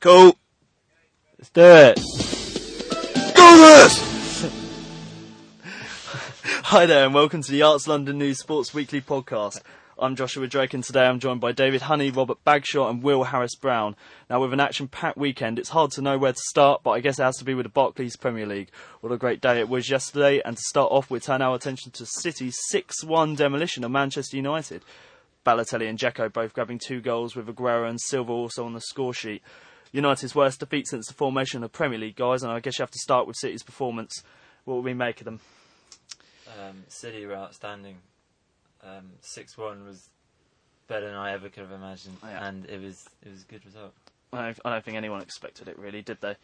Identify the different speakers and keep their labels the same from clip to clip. Speaker 1: Cool.
Speaker 2: Let's do it.
Speaker 1: Do this! Hi there, and welcome to the Arts London News Sports Weekly podcast. I'm Joshua Drake, and today I'm joined by David Honey, Robert Bagshot, and Will Harris Brown. Now, with an action packed weekend, it's hard to know where to start, but I guess it has to be with the Barclays Premier League. What a great day it was yesterday, and to start off, we turn our attention to City's 6 1 demolition of Manchester United. Balotelli and Dzeko both grabbing two goals, with Aguero and Silva also on the score sheet. United's worst defeat since the formation of the Premier League, guys, and I guess you have to start with City's performance. What will we make of them?
Speaker 3: Um, City were outstanding. Um, Six one was better than I ever could have imagined,
Speaker 1: Oh, Yeah.
Speaker 3: and it was it was a good result.
Speaker 1: I don't, I don't think anyone expected it, really, did they?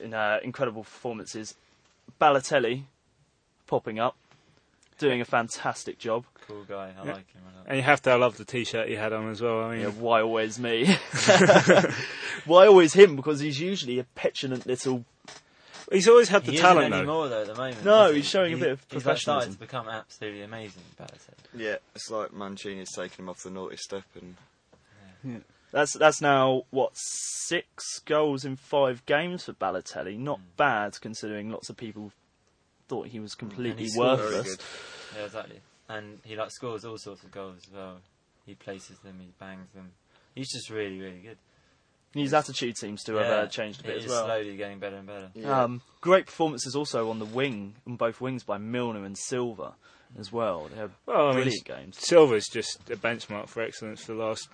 Speaker 1: In uh, incredible performances, Balotelli popping up, doing a fantastic job.
Speaker 3: Cool guy, I
Speaker 2: Yeah.
Speaker 3: like him a lot.
Speaker 2: And you have to love the t-shirt he had on as well. I mean,
Speaker 1: Yeah, why always me? why always him? Because he's usually a petulant little.
Speaker 2: he's always had the
Speaker 3: he isn't
Speaker 2: talent though.
Speaker 3: anymore though at the moment.
Speaker 1: No,
Speaker 3: is he?
Speaker 1: he's showing a
Speaker 3: He-
Speaker 1: bit of
Speaker 3: he's like
Speaker 1: professionalism.
Speaker 3: starting to become absolutely amazing. Balotelli.
Speaker 4: Yeah, it's like Mancini's taking him off the naughty step, and
Speaker 1: That's that's now what six goals in five games for Balotelli. Not bad considering lots of people thought he was
Speaker 3: And he
Speaker 1: completely
Speaker 3: scored very
Speaker 1: worthless.
Speaker 4: good.
Speaker 3: Yeah, exactly. And he like scores all sorts of goals as well. He places them, he bangs them. He's just really, really good.
Speaker 1: His attitude seems to have uh, changed a bit
Speaker 3: It
Speaker 1: as
Speaker 3: is
Speaker 1: well.
Speaker 3: slowly getting better and better.
Speaker 4: yeah,
Speaker 1: Um, great performances also on the wing, on both wings by Milner and Silva as well. They had
Speaker 2: Well, Oh, I mean,
Speaker 1: brilliant games.
Speaker 2: Silver's just a benchmark for excellence for the last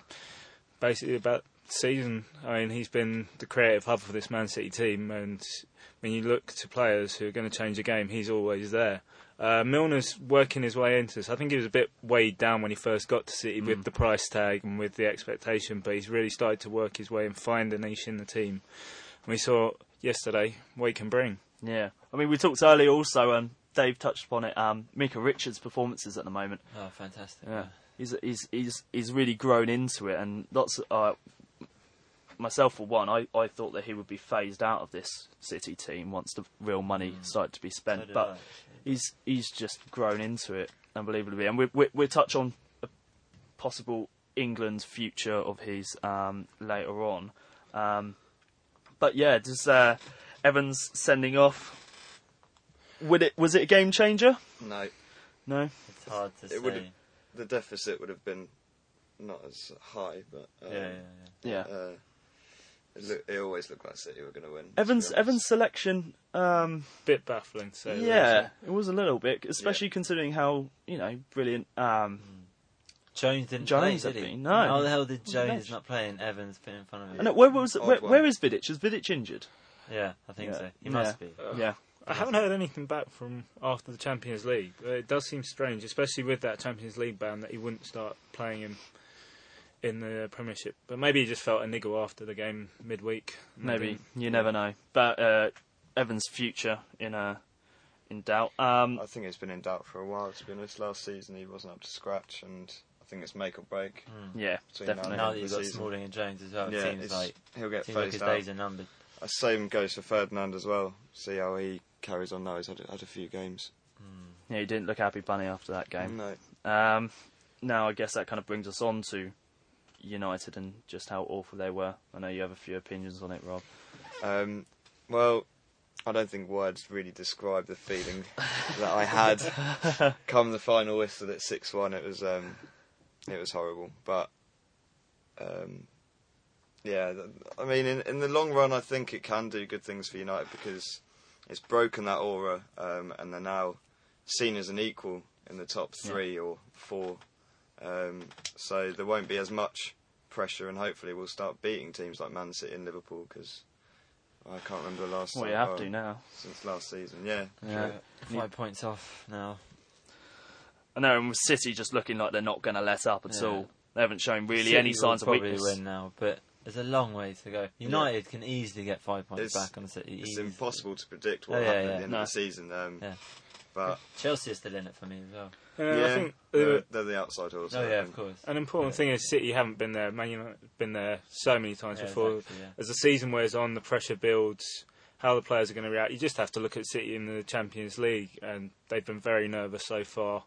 Speaker 2: basically about season. I mean, he's been the creative hub for this Man City team, and when you look to players who are going to change the game, he's always there. Uh, Milner's working his way into this. I think he was a bit weighed down when he first got to City
Speaker 3: Mm.
Speaker 2: with the price tag and with the expectation, but he's really started to work his way and find a niche in the team. And we saw yesterday what he can bring.
Speaker 1: Yeah, I mean we talked earlier also, and Dave touched upon it. Um, Mika Richards' performances at the moment.
Speaker 3: Oh, fantastic.
Speaker 1: Yeah, he's he's he's he's really grown into it, and lots. Uh, myself for one, I, I thought that he would be phased out of this City team once the real money started to be spent,
Speaker 3: Mm. So did
Speaker 1: but
Speaker 3: I.
Speaker 1: he's he's just grown into it unbelievably, and we we we'll touch on a possible England's future of his um, later on, um, but yeah, just uh, Evans sending off. Would it was it a game changer?
Speaker 4: no,
Speaker 1: No,
Speaker 3: It's hard to say.
Speaker 4: It would've- the deficit would have been not as high, but um,
Speaker 3: yeah, yeah, yeah.
Speaker 1: yeah.
Speaker 4: Uh, it, loo- it always looked like City were going to win. to be
Speaker 1: Evans
Speaker 4: honest.
Speaker 1: Evans selection. Um,
Speaker 2: Bit baffling, so uh,
Speaker 1: yeah, it was a little bit, especially considering how you know brilliant. Um,
Speaker 3: Jones didn't
Speaker 1: Jones
Speaker 3: play,
Speaker 1: had
Speaker 3: did he?
Speaker 1: been, no.
Speaker 3: How the hell did
Speaker 1: the bench.
Speaker 3: Jones not play and Evans been in front of
Speaker 1: and
Speaker 3: him?
Speaker 1: it- where was
Speaker 4: Odd
Speaker 1: where,
Speaker 4: one.
Speaker 1: where is Vidic? Is Vidic injured?
Speaker 3: Yeah, I think
Speaker 1: Yeah.
Speaker 3: so. He
Speaker 1: Yeah.
Speaker 3: must be.
Speaker 1: yeah,
Speaker 2: I haven't heard anything back from after the Champions League. Uh, It does seem strange, especially with that Champions League ban, that he wouldn't start playing him in the Premiership. But maybe he just felt a niggle after the game midweek.
Speaker 1: maybe you never know. But uh, Evans' future in uh, in doubt. Um,
Speaker 4: I think it's been in doubt for a while. To be honest, last season he wasn't up to scratch, and I think it's make or break.
Speaker 3: Hmm.
Speaker 1: yeah,
Speaker 4: So now-
Speaker 1: definitely.
Speaker 4: No,
Speaker 3: Now
Speaker 4: the
Speaker 3: that you've got
Speaker 4: season.
Speaker 3: Smalling and Jones as well,
Speaker 4: yeah,
Speaker 3: it seems
Speaker 4: it's-
Speaker 3: like,
Speaker 4: he'll get
Speaker 3: seems like his
Speaker 4: phased
Speaker 3: days
Speaker 4: out.
Speaker 3: are numbered.
Speaker 4: Uh, Same goes for Ferdinand as well. See how he carries on now. He's had, had a few games.
Speaker 1: Yeah, he didn't look happy bunny after that game.
Speaker 4: No,
Speaker 1: Um, now I guess that kind of brings us on to United and just how awful they were. I know you have a few opinions on it, Rob.
Speaker 4: Um, well, I don't think words really describe the feeling that I had come the final whistle at six one. It was um, it was horrible, but um, yeah, th- I mean, in in the long run, I think it can do good things for United because it's broken that aura, um, and they're now seen as an equal in the top three or four. Um, so there won't be as much pressure, and hopefully we'll start beating teams like Man City and Liverpool because I can't remember the last.
Speaker 1: Well,
Speaker 4: time-
Speaker 1: you have
Speaker 4: oh,
Speaker 1: to now.
Speaker 4: since last season. Yeah,
Speaker 1: Yeah.
Speaker 3: Five points off now.
Speaker 1: I know, and with City just looking like they're not going to let up at
Speaker 3: Yeah.
Speaker 1: all. They haven't shown really
Speaker 3: City
Speaker 1: any
Speaker 3: will
Speaker 1: signs of
Speaker 3: probably
Speaker 1: weakness.
Speaker 3: win now, but there's a long way to go. United can easily get five points
Speaker 4: It's-
Speaker 3: back on City.
Speaker 4: it's
Speaker 3: easily.
Speaker 4: impossible to predict what
Speaker 3: Oh, Yeah,
Speaker 4: happened
Speaker 3: yeah,
Speaker 4: at the end
Speaker 1: no.
Speaker 4: of the season. Um,
Speaker 3: Yeah.
Speaker 4: But
Speaker 3: Chelsea are still in it for me as well.
Speaker 2: Uh,
Speaker 4: yeah,
Speaker 2: I Uh, think
Speaker 4: they're,
Speaker 2: uh,
Speaker 4: they're the outside horse.
Speaker 3: Oh
Speaker 4: I
Speaker 3: yeah,
Speaker 4: think.
Speaker 3: of course.
Speaker 2: an important thing is City haven't been there. Man United have been there so many times
Speaker 3: Yeah,
Speaker 2: before.
Speaker 3: exactly, yeah.
Speaker 2: As the season wears on, the pressure builds. How the players are going to react. You just have to look at City in the Champions League, and they've been very nervous so far.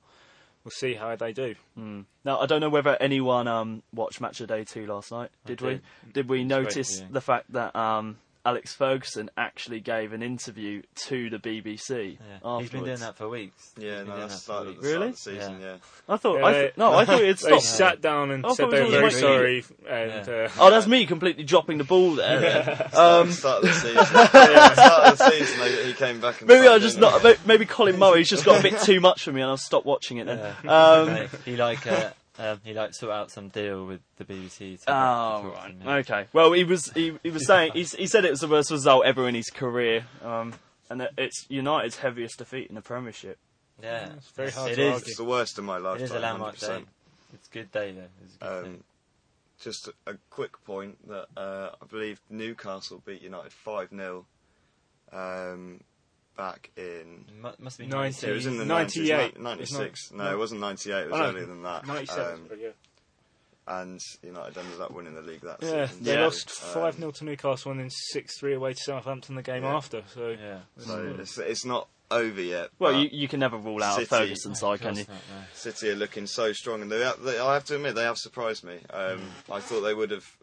Speaker 2: we'll see how they do.
Speaker 1: Mm. Now I don't know whether anyone um, watched Match of Day two last night.
Speaker 3: I
Speaker 1: Did
Speaker 3: did.
Speaker 1: we? Did we notice
Speaker 3: yeah.
Speaker 1: the fact that um, Alex Ferguson actually gave an interview to the BBC?
Speaker 3: Yeah.
Speaker 1: Afterwards?
Speaker 3: He's been doing that for weeks. He's
Speaker 4: Yeah,
Speaker 3: been
Speaker 4: no,
Speaker 3: doing
Speaker 4: that's
Speaker 3: that for
Speaker 4: started at the
Speaker 3: weeks.
Speaker 4: start
Speaker 1: Really?
Speaker 4: of the season, yeah.
Speaker 1: I thought.
Speaker 2: Yeah,
Speaker 1: I
Speaker 2: they-
Speaker 1: th- no, I thought it had
Speaker 2: They
Speaker 1: stopped.
Speaker 2: sat down and
Speaker 1: I thought
Speaker 2: said
Speaker 1: it
Speaker 2: they were
Speaker 1: was
Speaker 2: very
Speaker 1: always
Speaker 2: sorry, f- and uh,
Speaker 1: Oh, that's me completely dropping the ball there.
Speaker 4: Um, start of the season. Start of the season, they- he came back. And
Speaker 1: Maybe I
Speaker 4: subbed
Speaker 1: just
Speaker 4: in.
Speaker 1: not. may- Maybe Colin Murray's just got a bit too much for me, and I'll stop watching it then.
Speaker 3: Yeah.
Speaker 1: Um,
Speaker 3: Right. he like uh, um, he like sort out some deal with the BBC. To
Speaker 1: oh,
Speaker 3: to talk to
Speaker 1: right.
Speaker 3: him, yeah.
Speaker 1: Okay. Well, he was he, he was saying he, s- he said it was the worst result ever in his career, um, and that it's United's heaviest defeat in the Premiership.
Speaker 3: Yeah,
Speaker 2: it's very hard
Speaker 3: It
Speaker 2: to
Speaker 3: is.
Speaker 4: It's
Speaker 2: argue.
Speaker 4: the worst of my life.
Speaker 3: it is a landmark day. It's a good day though. It's a good
Speaker 4: Um, just a, a quick point that uh, I believe Newcastle beat United 5 0 um, back in.
Speaker 3: day. Mu- must be
Speaker 2: 90.
Speaker 4: It was in the
Speaker 2: 98.
Speaker 4: 90s, ni- 96. No, it wasn't 98, it was
Speaker 2: Oh, no.
Speaker 4: earlier than that.
Speaker 2: 97,
Speaker 4: Um,
Speaker 2: but yeah.
Speaker 4: and United ended up winning the league that
Speaker 2: Yeah,
Speaker 4: season.
Speaker 2: they
Speaker 1: Yeah.
Speaker 2: lost
Speaker 4: Um,
Speaker 2: 5 0 to Newcastle and then 6 3 away to Southampton the game
Speaker 4: Yeah.
Speaker 2: after. So,
Speaker 3: Yeah.
Speaker 4: So it's, it's not over yet.
Speaker 1: Well,
Speaker 4: but
Speaker 1: you, you can never rule out
Speaker 4: City-
Speaker 1: Ferguson's side,
Speaker 3: Of
Speaker 1: can
Speaker 3: course
Speaker 1: you?
Speaker 3: not, no.
Speaker 4: City are looking so strong, and they, have- they, I have to admit they have surprised me. Um, I thought they would have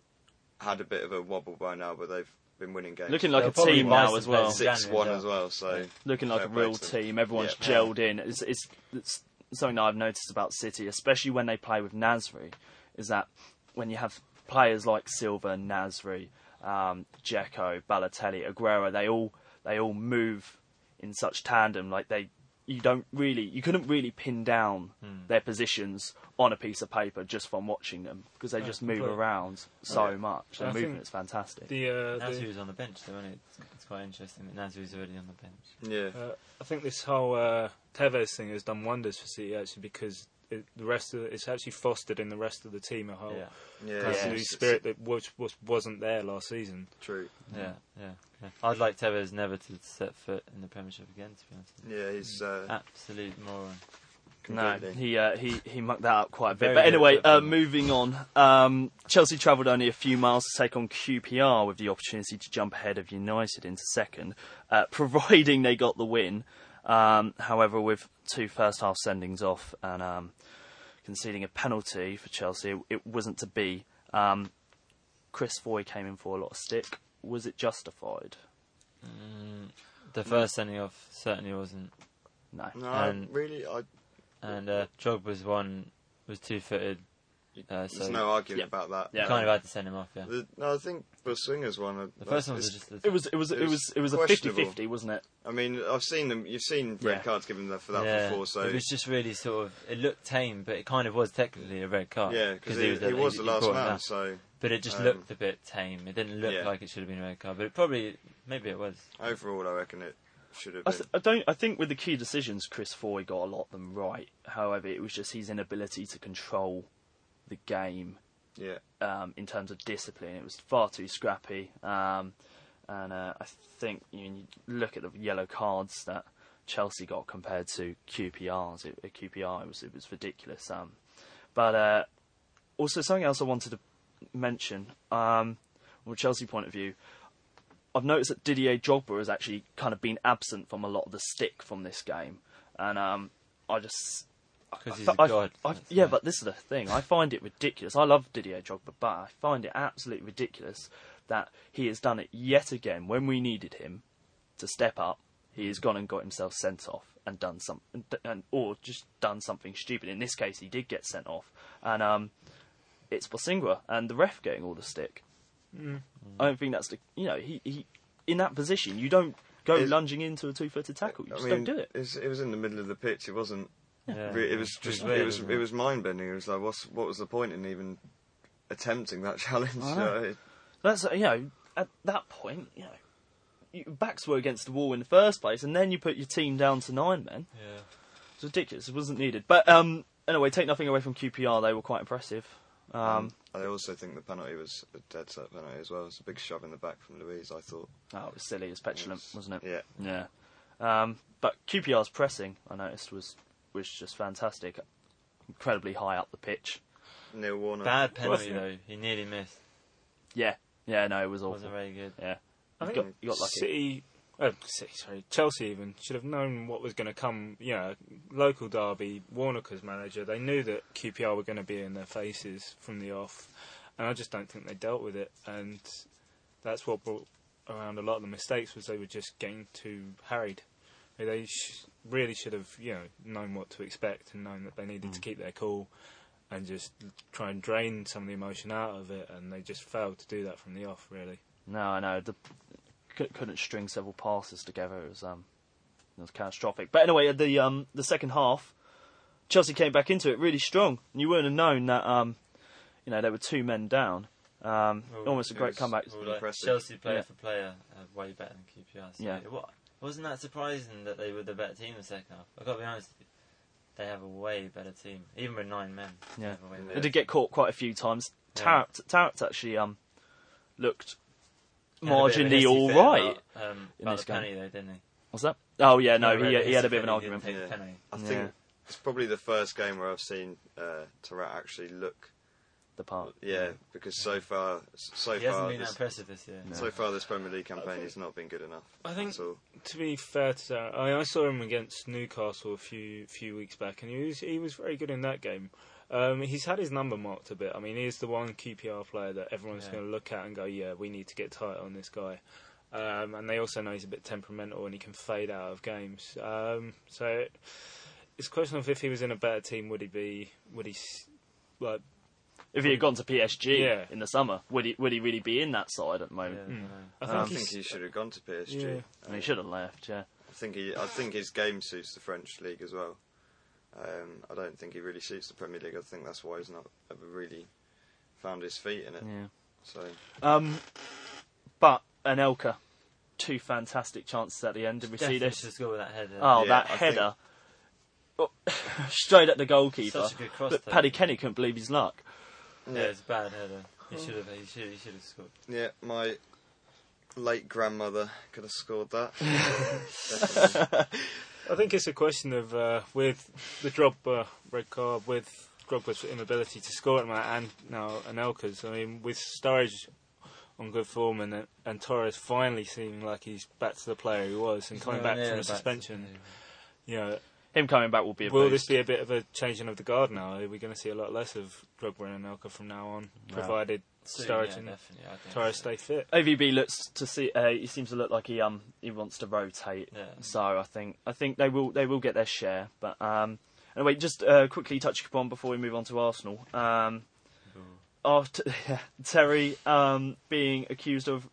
Speaker 4: had a bit of a wobble by now, but they've been winning games.
Speaker 1: Looking like
Speaker 3: They'll
Speaker 1: a
Speaker 3: probably
Speaker 1: team
Speaker 3: buy
Speaker 1: now
Speaker 3: some
Speaker 1: as well.
Speaker 3: players.
Speaker 4: six one
Speaker 3: Yeah.
Speaker 4: as well. So
Speaker 1: Looking like
Speaker 4: Fair
Speaker 1: a real
Speaker 4: play to them.
Speaker 1: team. Everyone's
Speaker 4: Yeah.
Speaker 1: gelled in. It's, it's, it's something that I've noticed about City, especially when they play with Nasri, is that when you have players like Silva, Nasri, um, Dzeko, Balotelli, Aguero, they all they all move in such tandem. Like they, you don't really, you couldn't really pin down
Speaker 4: Hmm.
Speaker 1: their positions on a piece of paper just from watching them because they
Speaker 2: Yeah,
Speaker 1: just move
Speaker 2: completely.
Speaker 4: Oh,
Speaker 1: around so much. Their
Speaker 2: I think
Speaker 1: movement's fantastic.
Speaker 2: the, uh,
Speaker 3: Nasri
Speaker 2: the,
Speaker 3: was on the bench though, wasn't it? It's, it's quite interesting that Nasri's already on the bench.
Speaker 4: yeah,
Speaker 2: uh, I think this whole uh, Tevez thing has done wonders for City actually because it, the rest of it's actually fostered in the rest of the team a whole
Speaker 3: Yeah,
Speaker 4: yeah,
Speaker 2: kind of
Speaker 1: Yeah.
Speaker 2: new spirit that was, was, wasn't there last season.
Speaker 4: True.
Speaker 3: yeah, yeah. yeah. I'd like Tevez never to set foot in the Premiership again. To be honest, with you.
Speaker 4: Yeah, he's uh,
Speaker 3: absolute moron.
Speaker 1: No,
Speaker 4: completely.
Speaker 1: he uh, he he mucked that up quite a bit.
Speaker 3: Very
Speaker 1: but
Speaker 3: good
Speaker 1: anyway,
Speaker 3: football.
Speaker 1: uh, moving on. Um, Chelsea travelled only a few miles to take on QPR with the opportunity to jump ahead of United into second, uh, providing they got the win. Um, however, with two first half sendings off and um, conceding a penalty for Chelsea, it, it wasn't to be. Um, Chris Foy came in for a lot of stick. Was it justified?
Speaker 3: Mm, the first sending off certainly wasn't,
Speaker 1: No.
Speaker 4: No, I
Speaker 3: And-
Speaker 4: really, I,
Speaker 3: and uh, Drogba's one was two-footed, uh, so
Speaker 4: there's no arguing
Speaker 1: Yeah.
Speaker 4: about that. Um,
Speaker 1: Yeah.
Speaker 3: kind of had to send him off. Yeah,
Speaker 4: The, no, I think Basinga's one. uh,
Speaker 3: the first one was
Speaker 4: it's-
Speaker 3: just. a-
Speaker 1: It was it was it was it was a
Speaker 4: Questionable.
Speaker 1: 50-50, wasn't it?
Speaker 4: I mean, I've seen them. You've seen red
Speaker 1: Yeah.
Speaker 4: cards given for that
Speaker 3: yeah,
Speaker 4: before. So
Speaker 3: it was just really sort of it looked tame, but it kind of was technically a red card.
Speaker 4: yeah, because he, he was the
Speaker 3: he
Speaker 4: last
Speaker 3: brought him
Speaker 4: man.
Speaker 3: down.
Speaker 4: So
Speaker 3: But it just
Speaker 4: Um,
Speaker 3: looked a bit tame. It didn't look
Speaker 4: yeah.
Speaker 3: like it should have been a red card, but it probably, maybe it was.
Speaker 4: overall, I reckon it should have
Speaker 1: I,
Speaker 4: been.
Speaker 1: th- I don't. I think with the key decisions, Chris Foy got a lot of them right. However, it was just his inability to control the game
Speaker 4: yeah.
Speaker 1: um, in terms of discipline. It was far too scrappy, um, and uh, I think you, you look at the yellow cards that Chelsea got compared to QPR's. It, at QPR, it was it was ridiculous. Um, but uh, also something else I wanted to mention um, from a Chelsea point of view. I've noticed that Didier Drogba has actually kind of been absent from a lot of the stick from this game, and um, I just
Speaker 3: Because
Speaker 1: I
Speaker 3: he's
Speaker 1: fi-
Speaker 3: a
Speaker 1: I-
Speaker 3: god.
Speaker 1: I-
Speaker 3: that's
Speaker 1: yeah,
Speaker 3: why.
Speaker 1: but this is the thing. I find it ridiculous. I love Didier Drogba, but I find it absolutely ridiculous that he has done it yet again when we needed him to step up. He has gone and got himself sent off and done some, and, and or just done something stupid. In this case, he did get sent off, and um, it's Bosingra and the ref getting all the stick.
Speaker 4: Mm.
Speaker 1: I don't think that's the you know he, he in that position you don't go
Speaker 4: Is-
Speaker 1: lunging into a two-footed tackle. You
Speaker 4: I
Speaker 1: just
Speaker 4: mean,
Speaker 1: don't do it.
Speaker 4: it's- It was in the middle of the pitch. It wasn't.
Speaker 3: Yeah.
Speaker 4: Re- it was just.
Speaker 3: weird,
Speaker 4: it was.
Speaker 3: wasn't
Speaker 4: It was mind bending. It was like, what's what was the point in even attempting that challenge?
Speaker 1: I know.
Speaker 4: You know, it-
Speaker 1: That's you know at that point you know your backs were against the wall in the first place, and then you put your team down to nine men.
Speaker 3: Yeah.
Speaker 1: It's ridiculous. It wasn't needed. But um, anyway, take nothing away from QPR. They were quite impressive. Um,
Speaker 4: I also think the penalty was a dead set penalty as well. It's a big shove in the back from Louise. I thought.
Speaker 1: oh, it was silly. It was petulant,
Speaker 4: Yes.
Speaker 1: wasn't it?
Speaker 4: Yeah.
Speaker 1: Yeah. Um, but QPR's pressing, I noticed, was was just fantastic. Incredibly high up the pitch.
Speaker 4: Neil Warner.
Speaker 3: Bad penalty,
Speaker 2: Wasn't it?
Speaker 3: though. He nearly missed.
Speaker 1: Yeah. Yeah. No, it was awful.
Speaker 3: Wasn't very good.
Speaker 1: Yeah.
Speaker 2: I
Speaker 1: You
Speaker 2: think
Speaker 1: got, you got lucky.
Speaker 2: City uh, City, sorry, Chelsea even should have known what was going to come. You know, local derby, Warnock's manager. They knew that QPR were going to be in their faces from the off, and I just don't think they dealt with it. And that's what brought around a lot of the mistakes was they were just getting too harried. They sh- really should have, you know, known what to expect and known that they needed to
Speaker 1: Hmm.
Speaker 2: keep their cool and just try and drain some of the emotion out of it. And they just failed to do that from the off, really.
Speaker 1: No, I know. The, cou- couldn't string several passes together. It was um, it was catastrophic. But anyway, the um, the second half, Chelsea came back into it really strong, and you wouldn't have known that um, you know, there were two men down. Um,
Speaker 3: Well,
Speaker 1: almost a
Speaker 4: it
Speaker 1: great
Speaker 4: was-
Speaker 1: comeback.
Speaker 3: Well, like,
Speaker 4: Impressive.
Speaker 3: Chelsea player
Speaker 1: Yeah.
Speaker 3: for player uh, way better than QPR. So
Speaker 1: Yeah.
Speaker 3: it wa- wasn't that surprising that they were the better team in the second half? I've got to be honest, with you, they have a way better team, even with nine men. they
Speaker 1: Yeah.
Speaker 3: have a way
Speaker 1: They
Speaker 3: better
Speaker 1: did get caught quite a few times.
Speaker 3: Yeah.
Speaker 1: Tarrant, Tarrant actually um, looked
Speaker 3: Had a bit of a hissy
Speaker 1: marginally all
Speaker 3: fit
Speaker 1: right.
Speaker 3: About, um,
Speaker 1: in
Speaker 3: about
Speaker 1: this
Speaker 3: the penalty though, didn't he?
Speaker 1: What's that? Oh yeah, no,
Speaker 3: Remember
Speaker 1: he
Speaker 3: the
Speaker 1: he had
Speaker 3: hissy
Speaker 1: a bit of
Speaker 3: fit
Speaker 1: an
Speaker 3: he didn't
Speaker 1: argument.
Speaker 3: take the
Speaker 4: Yeah.
Speaker 3: penalty.
Speaker 4: I
Speaker 1: Yeah.
Speaker 4: think it's probably the first game where I've seen uh, Tarat actually look.
Speaker 1: The part.
Speaker 4: Yeah, because so far, so
Speaker 3: He hasn't
Speaker 4: far,
Speaker 3: been that
Speaker 4: this,
Speaker 3: impressive this year.
Speaker 1: No.
Speaker 4: so far this Premier League campaign has not been good enough.
Speaker 2: I think
Speaker 4: That's all.
Speaker 2: to be fair to Sarah, I, I saw him against Newcastle a few few weeks back, and he was he was very good in that game. Um, he's had his number marked a bit. I mean, he's the one QPR player that everyone's
Speaker 3: Yeah.
Speaker 2: going to look at and go, "Yeah, we need to get tight on this guy." Um, and they also know he's a bit temperamental and he can fade out of games. Um, so it's a question of if he was in a better team, would he be? Would he? s- Like,
Speaker 1: If he had gone to PSG
Speaker 2: Yeah.
Speaker 1: in the summer, would he would he really be in that side at the
Speaker 3: Yeah,
Speaker 1: moment?
Speaker 3: I know.
Speaker 2: I
Speaker 4: I
Speaker 2: think,
Speaker 4: think
Speaker 2: he's,
Speaker 4: he should have gone to PSG.
Speaker 2: Yeah.
Speaker 1: And he should have left. Yeah.
Speaker 4: I think he, I think his game suits the French league as well. Um, I don't think he really suits the Premier League. I think that's why he's not ever really found his feet in it.
Speaker 1: Yeah.
Speaker 4: So
Speaker 1: Um, but Anelka, two fantastic chances at the end. Did we see
Speaker 3: Definitely
Speaker 1: this?
Speaker 3: should score with that header.
Speaker 1: Oh,
Speaker 4: Yeah,
Speaker 1: that
Speaker 4: I
Speaker 1: header. Oh, Straight at the goalkeeper.
Speaker 3: Such a good cross.
Speaker 1: But
Speaker 3: though.
Speaker 1: Paddy Kenny couldn't believe his luck.
Speaker 3: Yeah, it's a bad header. He should have. He should. He should have scored.
Speaker 4: yeah, my late grandmother could have scored that. Definitely.
Speaker 2: I think it's a question of uh, with the Drogba red card, with Drogba's inability to score at the moment, and now Anelka's. I mean, with Sturridge on good form and and Torres finally seeming like he's back to the player he was and
Speaker 3: He's
Speaker 2: coming
Speaker 3: nowhere
Speaker 2: back from
Speaker 3: near
Speaker 2: a
Speaker 3: to
Speaker 2: suspension.
Speaker 3: the-
Speaker 2: You know,
Speaker 1: Him coming back will be a
Speaker 2: will
Speaker 1: boost.
Speaker 2: this be a bit of a changing of the guard now? Are we going to see a lot less of Drogba and Anelka from now on,
Speaker 1: No.
Speaker 2: provided
Speaker 3: Soon,
Speaker 2: Sturridge
Speaker 3: yeah,
Speaker 2: and
Speaker 3: definitely, I think
Speaker 2: Torres
Speaker 3: so.
Speaker 2: stay fit?
Speaker 1: AVB looks to see. Uh, he seems to look like he um he wants to rotate.
Speaker 3: Yeah.
Speaker 1: So I think I think they will they will get their share. But um anyway, just uh, quickly touch upon before we move on to Arsenal. Um,
Speaker 3: Mm-hmm.
Speaker 1: after Terry um being accused of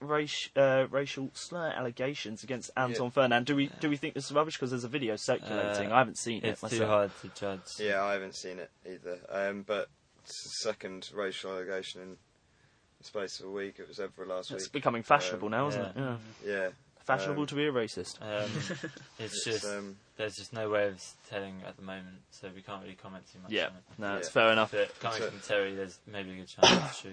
Speaker 1: race, uh, racial slur allegations against Anton Fernand. Do we do we think this is rubbish? Because there's a video circulating.
Speaker 3: Uh,
Speaker 1: I haven't seen
Speaker 3: It's
Speaker 1: it myself.
Speaker 3: too hard to judge.
Speaker 4: yeah, I haven't seen it either. Um, but it's the second racial allegation in the space of a week. It was Evra last
Speaker 1: It's
Speaker 4: week.
Speaker 1: becoming fashionable now, isn't it?
Speaker 3: yeah.
Speaker 1: Yeah.
Speaker 4: Yeah,
Speaker 1: Fashionable
Speaker 4: Um,
Speaker 1: to be a racist.
Speaker 3: Um, it's just
Speaker 4: um,
Speaker 3: there's just no way of s- telling at the moment, so we can't really comment too much.
Speaker 1: Yeah.
Speaker 3: on it.
Speaker 1: No, it's
Speaker 4: yeah.
Speaker 1: fair enough.
Speaker 3: But coming
Speaker 4: So-
Speaker 3: from Terry, there's maybe a good chance it's true.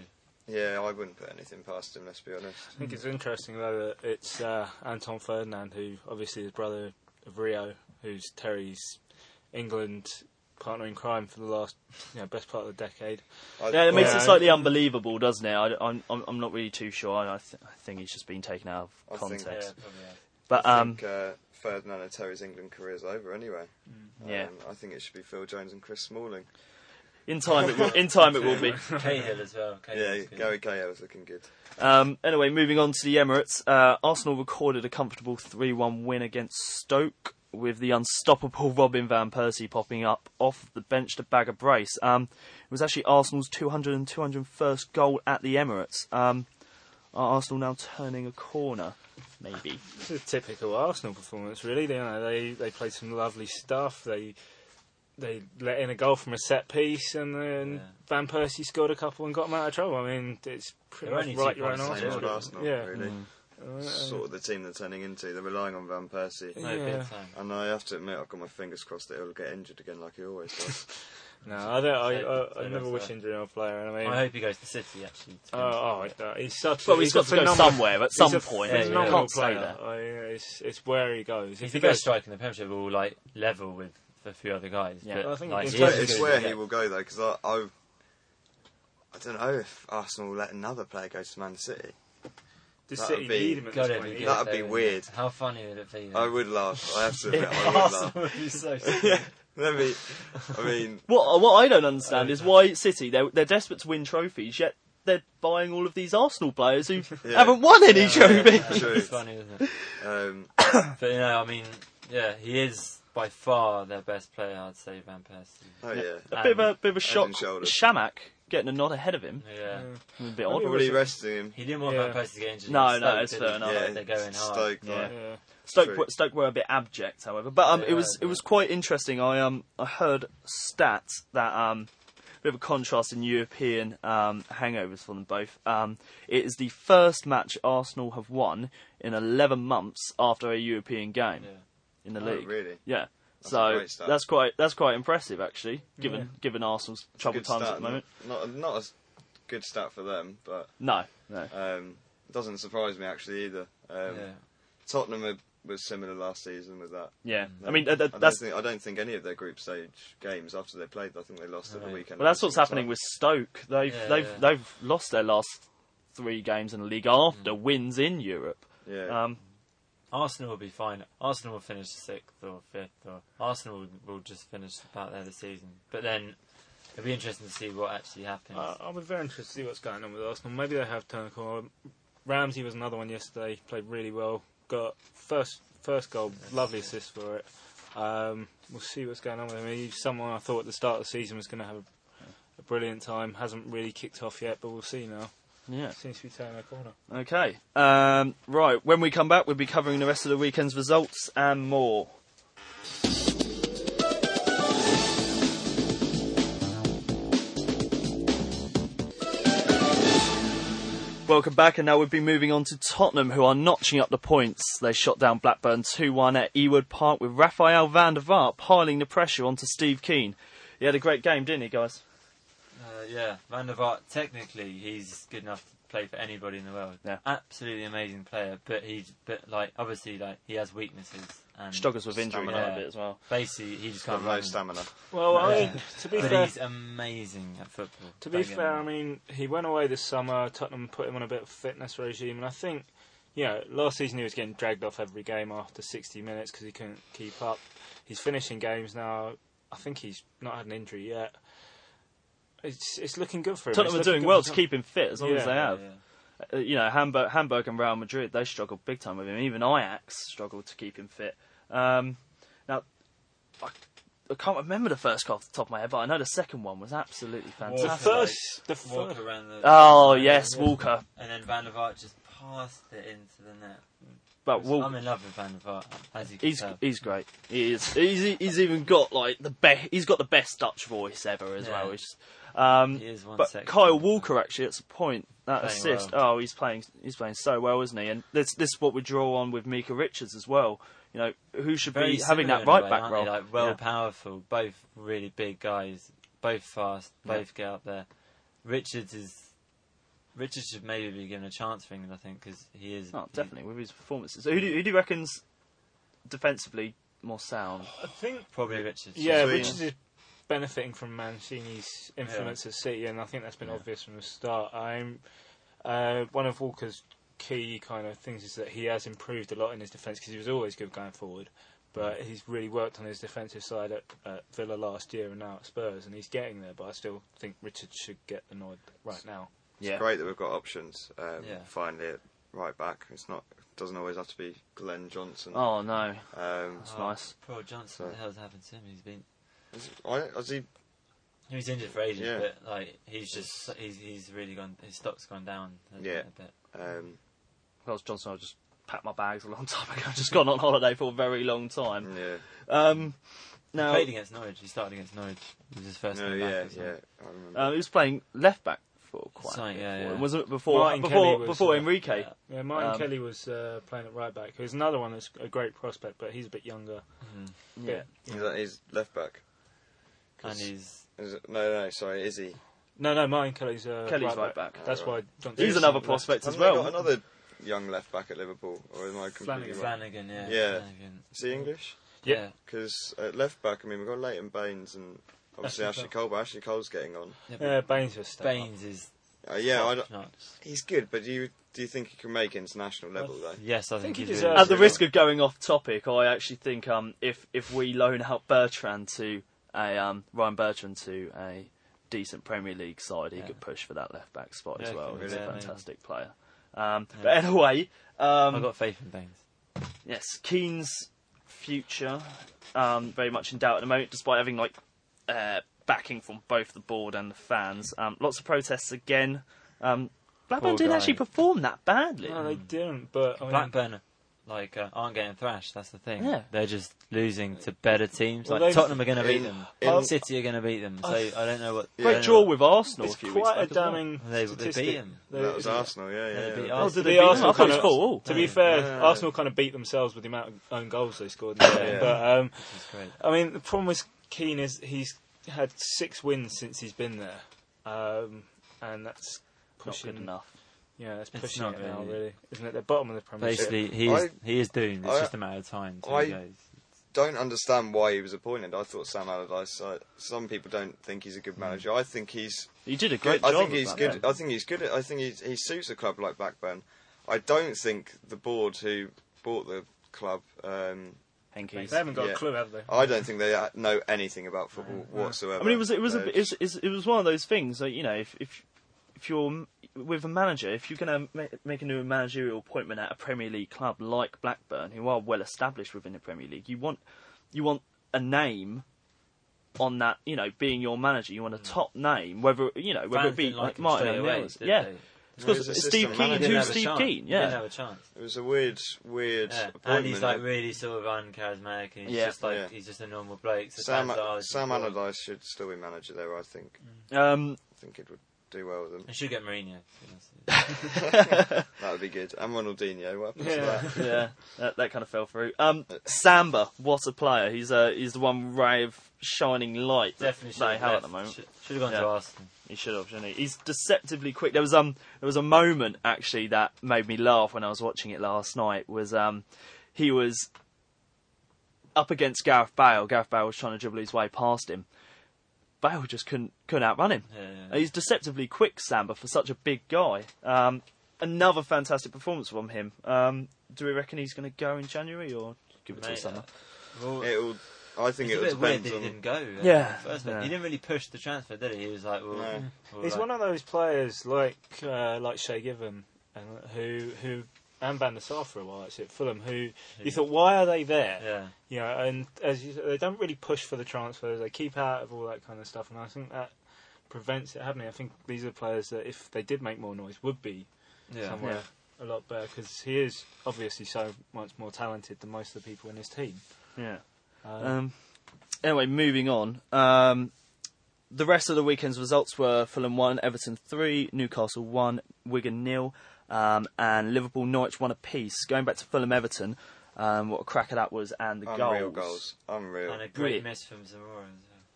Speaker 4: yeah. I wouldn't put anything past him. Let's be honest.
Speaker 2: I
Speaker 3: Hmm.
Speaker 2: think it's interesting though that it's uh, Anton Ferdinand, who obviously is brother of Rio, who's Terry's England partner in crime for the last, you know, best part of the decade.
Speaker 4: I,
Speaker 1: Yeah, it makes it
Speaker 2: Yeah.
Speaker 1: slightly unbelievable, doesn't it? I, I'm, I'm I'm not really too sure. I, I th- I think he's just been taken out
Speaker 4: I
Speaker 1: of
Speaker 4: think-
Speaker 1: context.
Speaker 3: Yeah,
Speaker 4: Thanks.
Speaker 3: probably. yeah.
Speaker 1: but
Speaker 4: I
Speaker 1: um,
Speaker 4: think uh, Ferdinand and Terry's England career's over anyway.
Speaker 1: yeah,
Speaker 4: Um, I think it should be Phil Jones and Chris Smalling.
Speaker 1: in time it will, in time it will be.
Speaker 3: Cahill as well. Cahill
Speaker 4: yeah, Gary Cahill was looking good.
Speaker 1: Um, anyway, moving on to the Emirates, uh, Arsenal recorded a comfortable three-one win against Stoke with the unstoppable Robin van Persie popping up off the bench to bag a brace. Um, it was actually Arsenal's 200 and 201st goal at the Emirates. Um, are Arsenal now turning a corner? Maybe.
Speaker 2: It's a typical Arsenal performance, really. You know, they they played some lovely stuff. They they let in a goal from a set piece, and then
Speaker 3: Yeah.
Speaker 2: Van Persie scored a couple and got them out of trouble. I mean, it's pretty
Speaker 3: They're
Speaker 2: much
Speaker 3: only two
Speaker 2: right your own
Speaker 3: points
Speaker 4: Same
Speaker 3: Arsenal,
Speaker 4: old
Speaker 3: yeah.
Speaker 4: Arsenal,
Speaker 2: Yeah.
Speaker 4: really.
Speaker 2: Uh,
Speaker 4: Sort of the team they're turning into. They're relying on Van Persie.
Speaker 3: No,
Speaker 2: Yeah.
Speaker 3: big time.
Speaker 4: And I have to admit, I've got my fingers crossed that he'll get injured again, like he always does.
Speaker 2: No, I don't. I, I, I
Speaker 3: Sorry,
Speaker 2: never
Speaker 3: that's
Speaker 2: wish
Speaker 3: that.
Speaker 2: injury on a player. and I mean,
Speaker 3: I hope he goes to City, actually. to be
Speaker 2: Oh,
Speaker 3: honest.
Speaker 2: oh, I- uh, he's such.
Speaker 1: Well, he's got to go
Speaker 2: phenomenal-
Speaker 1: somewhere at
Speaker 2: he's
Speaker 1: some
Speaker 2: a
Speaker 1: point.
Speaker 3: Yeah,
Speaker 1: you
Speaker 3: phenomenal
Speaker 1: can't say
Speaker 2: player.
Speaker 1: that.
Speaker 2: I- it's, it's where he goes.
Speaker 3: He's
Speaker 2: If
Speaker 3: the
Speaker 2: he
Speaker 3: best
Speaker 2: goes,
Speaker 3: striker in the Premiership, all like level with a few other guys.
Speaker 1: Yeah.
Speaker 3: but,
Speaker 2: I think
Speaker 3: like,
Speaker 2: it's
Speaker 3: he
Speaker 2: where-
Speaker 3: is
Speaker 4: it's
Speaker 3: good,
Speaker 4: where
Speaker 3: yeah.
Speaker 4: he will go, though, because I, I, I don't know if Arsenal will let another player go to Man City.
Speaker 2: Does
Speaker 4: That'd
Speaker 2: City
Speaker 4: be-
Speaker 2: need him at
Speaker 3: Gotta
Speaker 2: this
Speaker 3: be
Speaker 2: point?
Speaker 3: good,
Speaker 4: That'd be
Speaker 3: though, wouldn't
Speaker 4: weird.
Speaker 3: it? How funny would it be? Then?
Speaker 4: I would laugh. I have to admit, I would
Speaker 3: Arsenal
Speaker 4: laugh.
Speaker 3: would be so.
Speaker 4: yeah, let me. I mean,
Speaker 1: What what I don't understand
Speaker 3: I
Speaker 1: is
Speaker 3: don't know.
Speaker 1: why City they're they're desperate to win trophies, yet they're buying all of these Arsenal players who
Speaker 4: Yeah.
Speaker 1: haven't won any trophies.
Speaker 3: Yeah,
Speaker 4: True.
Speaker 3: It's funny, isn't it?
Speaker 4: um,
Speaker 3: But you know, I mean, yeah, he is by far their best player. I'd say Van Persie.
Speaker 4: oh yeah.
Speaker 1: A bit of a bit of a shock.
Speaker 4: and shoulders.
Speaker 1: Shamak getting a nod ahead of him.
Speaker 3: Yeah,
Speaker 1: A bit
Speaker 2: Maybe
Speaker 1: odd.
Speaker 2: we're-
Speaker 4: Probably resting him.
Speaker 3: he didn't want
Speaker 2: Yeah.
Speaker 3: Van Persie to get injured.
Speaker 1: No,
Speaker 3: in
Speaker 1: no,
Speaker 3: Stoke,
Speaker 1: it's
Speaker 3: did
Speaker 1: fair
Speaker 3: he?
Speaker 1: enough.
Speaker 4: Yeah,
Speaker 3: they're going hard.
Speaker 4: Stoke,
Speaker 1: Yeah.
Speaker 4: like,
Speaker 2: Yeah.
Speaker 1: Stoke
Speaker 4: True.
Speaker 1: were, Stoke were a bit abject, however, but um,
Speaker 3: They
Speaker 1: it was
Speaker 3: were,
Speaker 1: it was quite interesting. I um I heard stats that um a bit of a contrast in European um, hangovers for them both. Um, it is the first match Arsenal have won in 11 months after a European game
Speaker 3: Yeah.
Speaker 1: in the
Speaker 4: Oh,
Speaker 1: league.
Speaker 4: really?
Speaker 1: Yeah.
Speaker 4: That's a
Speaker 1: so
Speaker 4: great stat.
Speaker 1: that's quite that's quite impressive actually, given given Arsenal's troubled
Speaker 4: Good
Speaker 1: times
Speaker 4: start,
Speaker 1: at the moment.
Speaker 4: Not not a s- good stat for them, but
Speaker 1: No, no.
Speaker 4: um, doesn't surprise me actually either. Um,
Speaker 3: Yeah.
Speaker 4: Tottenham were, was similar last season with that.
Speaker 1: Yeah,
Speaker 4: They-
Speaker 1: I mean uh,
Speaker 4: I
Speaker 1: that,
Speaker 4: don't,
Speaker 1: that's
Speaker 4: think, I don't think any of their group stage games after they played. I think they lost at the
Speaker 3: No.
Speaker 4: weekend.
Speaker 1: Well, that's
Speaker 4: or
Speaker 1: what's
Speaker 4: something
Speaker 1: happening with Stoke. They've
Speaker 3: Yeah,
Speaker 1: they've
Speaker 3: yeah.
Speaker 1: they've lost their last three games in the league after wins in Europe.
Speaker 4: like that. Yeah,
Speaker 1: Um,
Speaker 3: Arsenal will be fine. Arsenal will finish sixth or fifth, or Arsenal will, will just finish about there this season. But then it'll be interesting to see what actually happens.
Speaker 1: Uh.
Speaker 2: I, I'll be very interested to see what's going on with Arsenal. Maybe they have turned a corner. Ramsey was another one yesterday. Played really well. Got first first goal. Lovely assist for it. Um, we'll see what's going on with him. He's someone I thought at the start of the season was going to have a, a brilliant time. Hasn't really kicked off yet, but we'll see now.
Speaker 1: yeah.
Speaker 2: Seems to be turning a corner.
Speaker 1: Okay. Um, right. When we come back, we'll be covering the rest of the weekend's results and more. Welcome back, and now we'll be moving on to Tottenham, who are notching up the points. They shot down Blackburn 2 1 at Ewood Park with Raphael van der Vaart piling the pressure onto Steve Keane. He had a great game, didn't he, guys?
Speaker 3: Uh, yeah, Van der Vaart, technically, he's good enough to play for anybody in the world.
Speaker 1: Yeah.
Speaker 3: Absolutely amazing player, but he's, but like, obviously, like, he has weaknesses. And
Speaker 1: Struggles with injury
Speaker 4: Stamina.
Speaker 1: quite a bit as well.
Speaker 3: basically, he just
Speaker 4: got
Speaker 3: can't
Speaker 4: low
Speaker 3: run.
Speaker 4: stamina.
Speaker 2: Well, I
Speaker 3: Yeah.
Speaker 2: mean, to be
Speaker 3: But
Speaker 2: fair,
Speaker 3: he's amazing at football.
Speaker 2: To be
Speaker 3: don't get me
Speaker 2: fair, I
Speaker 3: wrong.
Speaker 2: mean, he went away this summer. Tottenham put him on a bit of a fitness regime, and I think, you know, last season he was getting dragged off every game after 60 minutes because he couldn't keep up. He's finishing games now. I think he's not had an injury yet. It's it's looking good for him.
Speaker 1: Tottenham are
Speaker 2: It's looking
Speaker 1: doing
Speaker 2: good
Speaker 1: well
Speaker 2: for
Speaker 1: to
Speaker 2: Tot-
Speaker 1: keep him fit as long as
Speaker 2: Yeah.
Speaker 1: they
Speaker 3: Yeah,
Speaker 1: have. Uh, you know, Hamburg, Hamburg and Real Madrid, they struggled big time with him. Even Ajax struggled to keep him fit. Um, now, I, I can't remember the first goal off the top of my head, but I know the second one was absolutely
Speaker 3: The
Speaker 2: The
Speaker 1: fantastic.
Speaker 2: first, the
Speaker 3: yeah. Walker
Speaker 2: first.
Speaker 3: ran the.
Speaker 1: Oh,
Speaker 3: ran
Speaker 1: yes,
Speaker 3: the-
Speaker 1: Walker.
Speaker 3: And then Van der Vaart just passed it into the net.
Speaker 1: But
Speaker 3: I'm
Speaker 1: Walker,
Speaker 3: in love with Van der Vaart, as you can
Speaker 1: he's
Speaker 3: tell.
Speaker 1: he's great. He is. He's, he's even got like the best. He's got the best Dutch voice ever as
Speaker 3: Yeah.
Speaker 1: well. Which, um,
Speaker 3: He is one
Speaker 1: But
Speaker 3: second.
Speaker 1: Kyle Walker actually at the point that
Speaker 3: Playing
Speaker 1: assist.
Speaker 3: well.
Speaker 1: Oh, he's playing he's playing so well, isn't he? And this this is what we draw on with Mika Richards as well. You know who should
Speaker 3: Very
Speaker 1: be having that
Speaker 3: similar in a
Speaker 1: right
Speaker 3: way,
Speaker 1: back
Speaker 3: aren't
Speaker 1: role.
Speaker 3: They? Like, well
Speaker 1: Yeah.
Speaker 3: powerful, both really big guys, both fast,
Speaker 1: Yeah.
Speaker 3: both get up there. Richards is. Richards should maybe be given a chance for England, I think, because he is.
Speaker 1: Oh, definitely with his performances. Who do who do you reckon's defensively more sound?
Speaker 3: Oh,
Speaker 2: I think
Speaker 3: he- probably Richards.
Speaker 2: Yeah,
Speaker 4: Sweet.
Speaker 2: Richards is benefiting from Mancini's influence at City, and I think that's been
Speaker 3: Yeah.
Speaker 2: obvious from the start. I'm uh, one of Walker's key kind of things is that he has improved a lot in his defence because he was always good going forward,
Speaker 1: Mm.
Speaker 2: but he's really worked on his defensive side at, at Villa last year and now at Spurs, and he's getting there. But I still think Richards should get the nod right now.
Speaker 1: Yeah.
Speaker 4: Great that we've got options. Um,
Speaker 3: Yeah.
Speaker 4: Finally, at right back. It's not doesn't always have to be Glenn Johnson.
Speaker 1: Oh no,
Speaker 4: Um,
Speaker 1: that's
Speaker 3: Oh,
Speaker 1: nice.
Speaker 3: Poor Johnson, what the hell's happened to him? He's been.
Speaker 4: is, I, is he
Speaker 3: He was injured for ages,
Speaker 4: Yeah.
Speaker 3: but like he's just he's he's really gone. His stock's gone down a,
Speaker 4: Yeah.
Speaker 3: a bit.
Speaker 4: Um,
Speaker 1: Wales Johnson, I just packed my bags a long time ago. I've just gone on holiday for a very long time.
Speaker 4: yeah.
Speaker 1: Um,
Speaker 3: Mm. he
Speaker 1: now
Speaker 3: played against Norwich. He started against Norwich. It was his first
Speaker 4: No,
Speaker 3: game
Speaker 4: Oh, yeah,
Speaker 3: back. wasn't
Speaker 4: yeah.
Speaker 3: it?
Speaker 4: I remember.
Speaker 1: uh, he was playing left back for quite.
Speaker 3: Something,
Speaker 1: a bit
Speaker 3: yeah,
Speaker 1: for
Speaker 3: yeah.
Speaker 1: him, wasn't it before
Speaker 2: Martin
Speaker 1: before
Speaker 2: Kelly was,
Speaker 1: before
Speaker 2: uh,
Speaker 1: Enrique?
Speaker 3: yeah.
Speaker 2: Yeah, Martin
Speaker 1: Um,
Speaker 2: Kelly was uh, playing at right back, who's another one that's a great prospect, but he's a bit younger.
Speaker 3: Mhm.
Speaker 1: yeah.
Speaker 4: Is that his left back?
Speaker 3: And
Speaker 4: 'Cause-
Speaker 3: he's
Speaker 4: Is it, no, no, sorry, is he?
Speaker 2: No, no, Martin Kelly's uh,
Speaker 1: Kelly's
Speaker 2: right,
Speaker 1: right back.
Speaker 2: That's why
Speaker 4: Right.
Speaker 2: Johnson
Speaker 1: He's
Speaker 2: is
Speaker 1: another
Speaker 2: left.
Speaker 1: prospect as
Speaker 4: Haven't
Speaker 1: well.
Speaker 4: they got another young left back at Liverpool, or am I completely
Speaker 2: Flanagan.
Speaker 4: wrong?
Speaker 3: Flanagan. Yeah.
Speaker 4: Yeah.
Speaker 3: Flanagan.
Speaker 4: Is he English?
Speaker 2: Yeah.
Speaker 3: yeah.
Speaker 4: Because at left back, I mean, we've got Leighton Baines and obviously
Speaker 2: Ashley
Speaker 4: Ashley Cole, but Ashley Cole's getting on.
Speaker 3: Yeah, but
Speaker 2: Yeah, Uh, Baines was step up.
Speaker 3: Baines is
Speaker 4: Uh, yeah, I don't,
Speaker 3: top notch.
Speaker 4: he's good, but do you do you think he can make international level though?
Speaker 3: Yes, I think,
Speaker 2: think he
Speaker 3: he's really
Speaker 2: deserves
Speaker 1: At
Speaker 2: it.
Speaker 1: the
Speaker 4: Yeah.
Speaker 1: risk of going off topic, I actually think um, if if we loan out Bertrand to a um, Ryan Bertrand to a decent Premier League side, he
Speaker 3: Yeah.
Speaker 1: could push for that left back spot as
Speaker 3: Yeah,
Speaker 1: well.
Speaker 3: could
Speaker 1: He's
Speaker 4: really,
Speaker 1: a
Speaker 3: yeah, maybe.
Speaker 1: fantastic player. Um,
Speaker 3: Yeah.
Speaker 1: But anyway, um,
Speaker 3: I've got faith in Baines.
Speaker 1: Yes, Keane's future um, very much in doubt at the moment, despite having like uh, backing from both the board and the fans. Um, lots of protests again. Um, Blackburn
Speaker 3: Poor
Speaker 1: didn't
Speaker 3: guy.
Speaker 1: actually perform that badly.
Speaker 2: No, they didn't. But I mean,
Speaker 3: Blackburn, like, uh, aren't getting thrashed. That's the thing.
Speaker 1: Yeah.
Speaker 3: They're just losing to better teams.
Speaker 2: Well,
Speaker 3: like
Speaker 2: they've-
Speaker 3: Tottenham are going to beat
Speaker 4: in-
Speaker 3: them.
Speaker 4: in-
Speaker 3: City are going to beat them. So I
Speaker 2: I-
Speaker 3: don't know what. I
Speaker 1: Oh. Great
Speaker 3: don't
Speaker 1: draw
Speaker 3: know
Speaker 1: with Arsenal
Speaker 2: it's
Speaker 1: a few
Speaker 2: quite a
Speaker 1: weeks back. as well.
Speaker 2: damning
Speaker 3: They- they beat
Speaker 2: statistic.
Speaker 3: him.
Speaker 2: They-
Speaker 4: that was
Speaker 2: isn't it?
Speaker 4: Arsenal, yeah,
Speaker 3: Yeah,
Speaker 4: yeah.
Speaker 3: they beat
Speaker 4: yeah.
Speaker 1: Oh,
Speaker 3: Arsenal.
Speaker 1: did
Speaker 2: The
Speaker 1: they beat them?
Speaker 2: Arsenal
Speaker 1: I thought it was
Speaker 2: colours.
Speaker 1: cool.
Speaker 2: To be
Speaker 3: Yeah.
Speaker 2: fair,
Speaker 4: Yeah.
Speaker 2: Arsenal kind of beat themselves with the amount of own goals they scored. in the game.
Speaker 4: Yeah.
Speaker 2: But um,
Speaker 3: Which is great.
Speaker 2: I mean, the problem with Keane is he's had six wins since he's been there, um, and that's
Speaker 1: Not
Speaker 2: pushing.
Speaker 1: good enough.
Speaker 2: Yeah, that's
Speaker 3: It's
Speaker 2: pushing
Speaker 3: not
Speaker 2: it now,
Speaker 3: really-
Speaker 2: really, isn't it? The bottom of the Premier League.
Speaker 3: Basically, he is, he is doomed. It's
Speaker 4: I-
Speaker 3: just a matter of time. till
Speaker 4: I-
Speaker 3: he goes.
Speaker 4: Don't understand why he was appointed. I thought Sam Allardyce. I, some people don't think he's a good manager. I think he's
Speaker 1: You did a great
Speaker 4: I
Speaker 1: job.
Speaker 4: think
Speaker 1: with
Speaker 4: he's
Speaker 1: that,
Speaker 4: good.
Speaker 1: though.
Speaker 4: I think he's good. At, I think he's, he suits a club like Blackburn. I don't think the board who bought the club. Um,
Speaker 1: Henkes.
Speaker 2: They haven't got
Speaker 4: Yeah.
Speaker 2: a clue, have they?
Speaker 4: I don't think they uh, know anything about football whatsoever. Uh,
Speaker 1: I mean, it was it was, a,
Speaker 4: They're
Speaker 1: it was it's- it was one of those things that you know if if if you're m- with a manager, if you're going to make, make a new managerial appointment at a Premier League club like Blackburn, who are well established within the Premier League, you want you want a name on that you know being your manager. You want a top name, whether you know whether
Speaker 3: Fans
Speaker 1: it be
Speaker 3: didn't like
Speaker 1: like
Speaker 3: him
Speaker 1: Martin
Speaker 3: straight
Speaker 1: O'Neill.
Speaker 3: away,
Speaker 1: is-
Speaker 3: did
Speaker 1: yeah,
Speaker 3: they?
Speaker 1: it's
Speaker 4: Well,
Speaker 1: because
Speaker 4: he's
Speaker 1: it's
Speaker 4: assistant
Speaker 1: Steve Keane.
Speaker 4: manager.
Speaker 1: Who's
Speaker 3: a
Speaker 1: Steve
Speaker 3: chance.
Speaker 1: Keane?
Speaker 3: He didn't
Speaker 1: Yeah,
Speaker 3: have a chance.
Speaker 4: It was a weird, weird
Speaker 3: Yeah.
Speaker 4: appointment.
Speaker 3: And he's like really sort of uncharismatic, and he's
Speaker 1: Yeah.
Speaker 3: just like
Speaker 4: Yeah.
Speaker 3: he's just a normal bloke. So
Speaker 4: Sam,
Speaker 3: fans are always
Speaker 4: Sam
Speaker 3: bored.
Speaker 4: Allardyce should still be manager there. I think.
Speaker 1: um,
Speaker 4: I think it would do well with
Speaker 3: I
Speaker 4: them.
Speaker 3: should get Mourinho. to be honest with you.
Speaker 4: That would be good. And Ronaldinho. What happens to
Speaker 2: Yeah.
Speaker 4: that?
Speaker 1: yeah, that, that kind of fell through. Um, Samba, what a player! He's uh, he's the one ray of shining light that
Speaker 3: Definitely should
Speaker 1: they
Speaker 3: have
Speaker 1: have at
Speaker 3: left.
Speaker 1: the moment.
Speaker 3: Should, should have gone
Speaker 1: Yeah.
Speaker 3: to Arsenal.
Speaker 1: He should have, shouldn't he? He's deceptively quick. There was um, there was a moment actually that made me laugh when I was watching it last night. Was um, he was up against Gareth Bale. Gareth Bale was trying to dribble his way past him. Bale just couldn't couldn't outrun him.
Speaker 3: Yeah, yeah, yeah.
Speaker 1: He's deceptively quick, Samba, for such a big guy. Um, another fantastic performance from him. Um, do we reckon he's going to go in January or give it till
Speaker 3: Mate,
Speaker 1: summer?
Speaker 3: Well,
Speaker 4: It'll. I think
Speaker 3: It's a
Speaker 4: it'll
Speaker 3: bit weird
Speaker 4: depend
Speaker 3: that he
Speaker 4: on.
Speaker 3: didn't go. uh,
Speaker 1: Yeah,
Speaker 3: first place.
Speaker 1: yeah.
Speaker 3: He didn't really push the transfer, did he? He was like, well,
Speaker 4: No.
Speaker 3: well,
Speaker 2: He's
Speaker 3: like-
Speaker 2: one of those players like uh, like Shay Given and who who and Van der Sar for a while actually at Fulham who you thought why are they there?
Speaker 3: yeah,
Speaker 2: You know, and as you said, they don't really push for the transfers. They keep out of all that kind of stuff, and I think that prevents it happening. I think these are players that if they did make more noise would be
Speaker 3: yeah.
Speaker 2: somewhere a lot better because he is obviously so much more talented than most of the people in his team.
Speaker 1: Yeah.
Speaker 2: Um,
Speaker 1: Um, anyway, moving on. Um, the rest of the weekend's results were Fulham 1, Everton 3, Newcastle 1, Wigan nil, um, and Liverpool Norwich 1 apiece. Going back to Fulham Everton, um, what a cracker that was, and the
Speaker 4: Unreal
Speaker 1: goals.
Speaker 4: goals. Unreal.
Speaker 3: And a great
Speaker 1: Brilliant.
Speaker 3: miss from Zamora.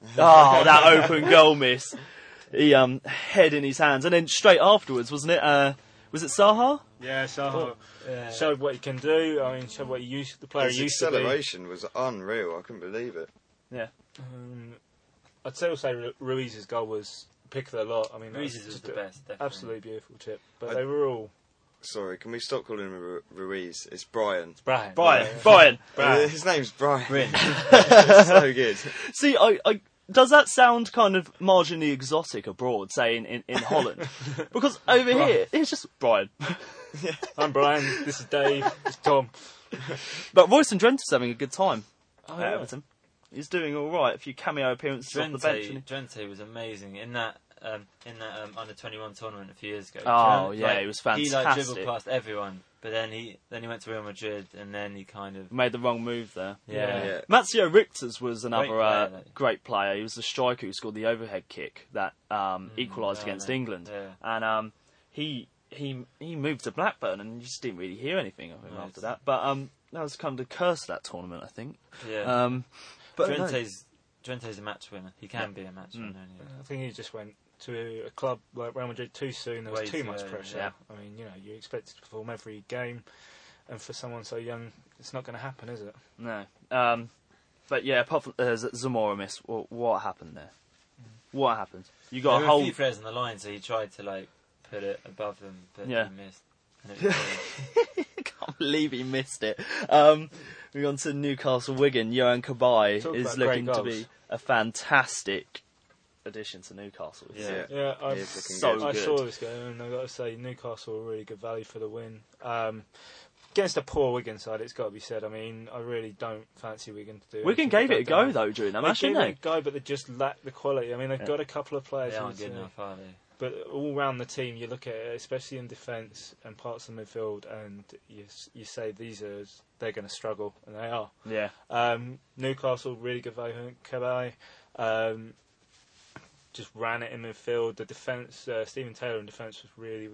Speaker 3: as
Speaker 1: oh, that open goal miss. He um, head in his hands, and then straight afterwards, wasn't it? Uh, was it Saha?
Speaker 2: yeah, so
Speaker 3: well. Yeah.
Speaker 2: showed what he can do. I mean, showed what he used the player
Speaker 4: His
Speaker 2: he used to be.
Speaker 4: acceleration was unreal. I couldn't believe it.
Speaker 1: Yeah.
Speaker 2: Um, I'd still say Ru- Ruiz's goal was pick of the lot. I mean, that
Speaker 3: Ruiz's was
Speaker 2: just
Speaker 3: the
Speaker 2: a
Speaker 3: best, definitely.
Speaker 2: Absolutely beautiful chip, but
Speaker 4: I-
Speaker 2: they were all
Speaker 4: Sorry, can we stop calling him Ru- Ruiz? It's Brian.
Speaker 2: Brian.
Speaker 1: Brian, Brian.
Speaker 2: Brian.
Speaker 4: His name's Brian.
Speaker 3: Brilliant.
Speaker 1: Oh,
Speaker 4: It's so good.
Speaker 1: See, I, I does that sound kind of marginally exotic abroad, say in, in, in Holland? because over here it's just Brian.
Speaker 2: I'm Brian. This is Dave. This is Tom.
Speaker 1: But Royston Drenton's having a good time
Speaker 2: Oh,
Speaker 3: Uh,
Speaker 1: at
Speaker 2: yeah.
Speaker 1: Everton. He's doing all right. A few cameo appearances off the bench.
Speaker 3: Drente,
Speaker 1: and-
Speaker 3: Drente was amazing in that um, in that um, under twenty one tournament a few years ago.
Speaker 1: Oh,
Speaker 3: Do you remember?
Speaker 1: yeah, he was
Speaker 3: He like dribbled
Speaker 1: fantastic.
Speaker 3: past everyone, but then he then he went to Real Madrid, and then he kind of
Speaker 1: Made the wrong move there.
Speaker 3: yeah.
Speaker 4: Yeah.
Speaker 1: Matsio Richters was another
Speaker 3: player,
Speaker 1: uh,
Speaker 3: though.
Speaker 1: great player. He was the striker who scored the overhead kick that um, equalised
Speaker 3: Mm, yeah,
Speaker 1: against
Speaker 3: mate.
Speaker 1: England.
Speaker 3: Yeah.
Speaker 1: And um, he he he moved to Blackburn, and you just didn't really hear anything of him
Speaker 3: No,
Speaker 1: after
Speaker 3: it's-
Speaker 1: that. But um, that was kind of the curse of that tournament, I think.
Speaker 3: yeah.
Speaker 1: Um, but no. Mm.
Speaker 3: Drente's Drente's a match winner. He can be a match winner. yeah.
Speaker 2: I think he just went to a club like Real Madrid too soon. There was
Speaker 3: Way
Speaker 2: too
Speaker 3: too
Speaker 2: much
Speaker 3: early,
Speaker 2: pressure.
Speaker 1: yeah.
Speaker 2: I mean, you know, you expect to perform every game, and for someone so young, it's not going to happen, is it?
Speaker 1: No. Um, but yeah, apart from uh, Z- Zamora miss, what, what happened Mm. there? What happened? You got
Speaker 3: there
Speaker 1: a
Speaker 3: were
Speaker 1: whole.
Speaker 3: a few players on the line, so he tried to like put it above them, but
Speaker 1: Yeah.
Speaker 3: he missed. And it was
Speaker 1: can't believe he missed it. Um, moving on to Newcastle Wigan, Johan Kabay
Speaker 2: Talk
Speaker 1: is
Speaker 2: about
Speaker 1: looking
Speaker 2: great
Speaker 1: to
Speaker 2: goals.
Speaker 1: be a fantastic addition to Newcastle.
Speaker 3: Yeah.
Speaker 2: Yeah, I've,
Speaker 4: is looking
Speaker 2: so
Speaker 4: good.
Speaker 2: I
Speaker 4: good.
Speaker 2: saw this game, and I've got to say, Newcastle were really good value for the win. Um, against a poor Wigan side, it's got to be said. I mean, I really don't fancy Wigan to do
Speaker 1: Wigan
Speaker 2: anything
Speaker 1: gave it a
Speaker 2: about
Speaker 1: go
Speaker 2: them.
Speaker 1: though during that
Speaker 2: They
Speaker 1: match,
Speaker 2: gave
Speaker 1: didn't
Speaker 2: it a
Speaker 1: they?
Speaker 2: go, but they just lack the quality. I mean, they've
Speaker 1: Yeah.
Speaker 2: got a couple of
Speaker 3: all-
Speaker 2: players,
Speaker 3: they aren't
Speaker 2: who's,
Speaker 3: good
Speaker 2: uh,
Speaker 3: enough, are they?
Speaker 2: but all round the team, you look at it, especially in defence and parts of the midfield, and you s- you say these are they're going to struggle, and they are.
Speaker 1: Yeah,
Speaker 2: Um, Newcastle, really good value. Kabay, um, just ran it in midfield. The defence, uh, Stephen Taylor in defence was really,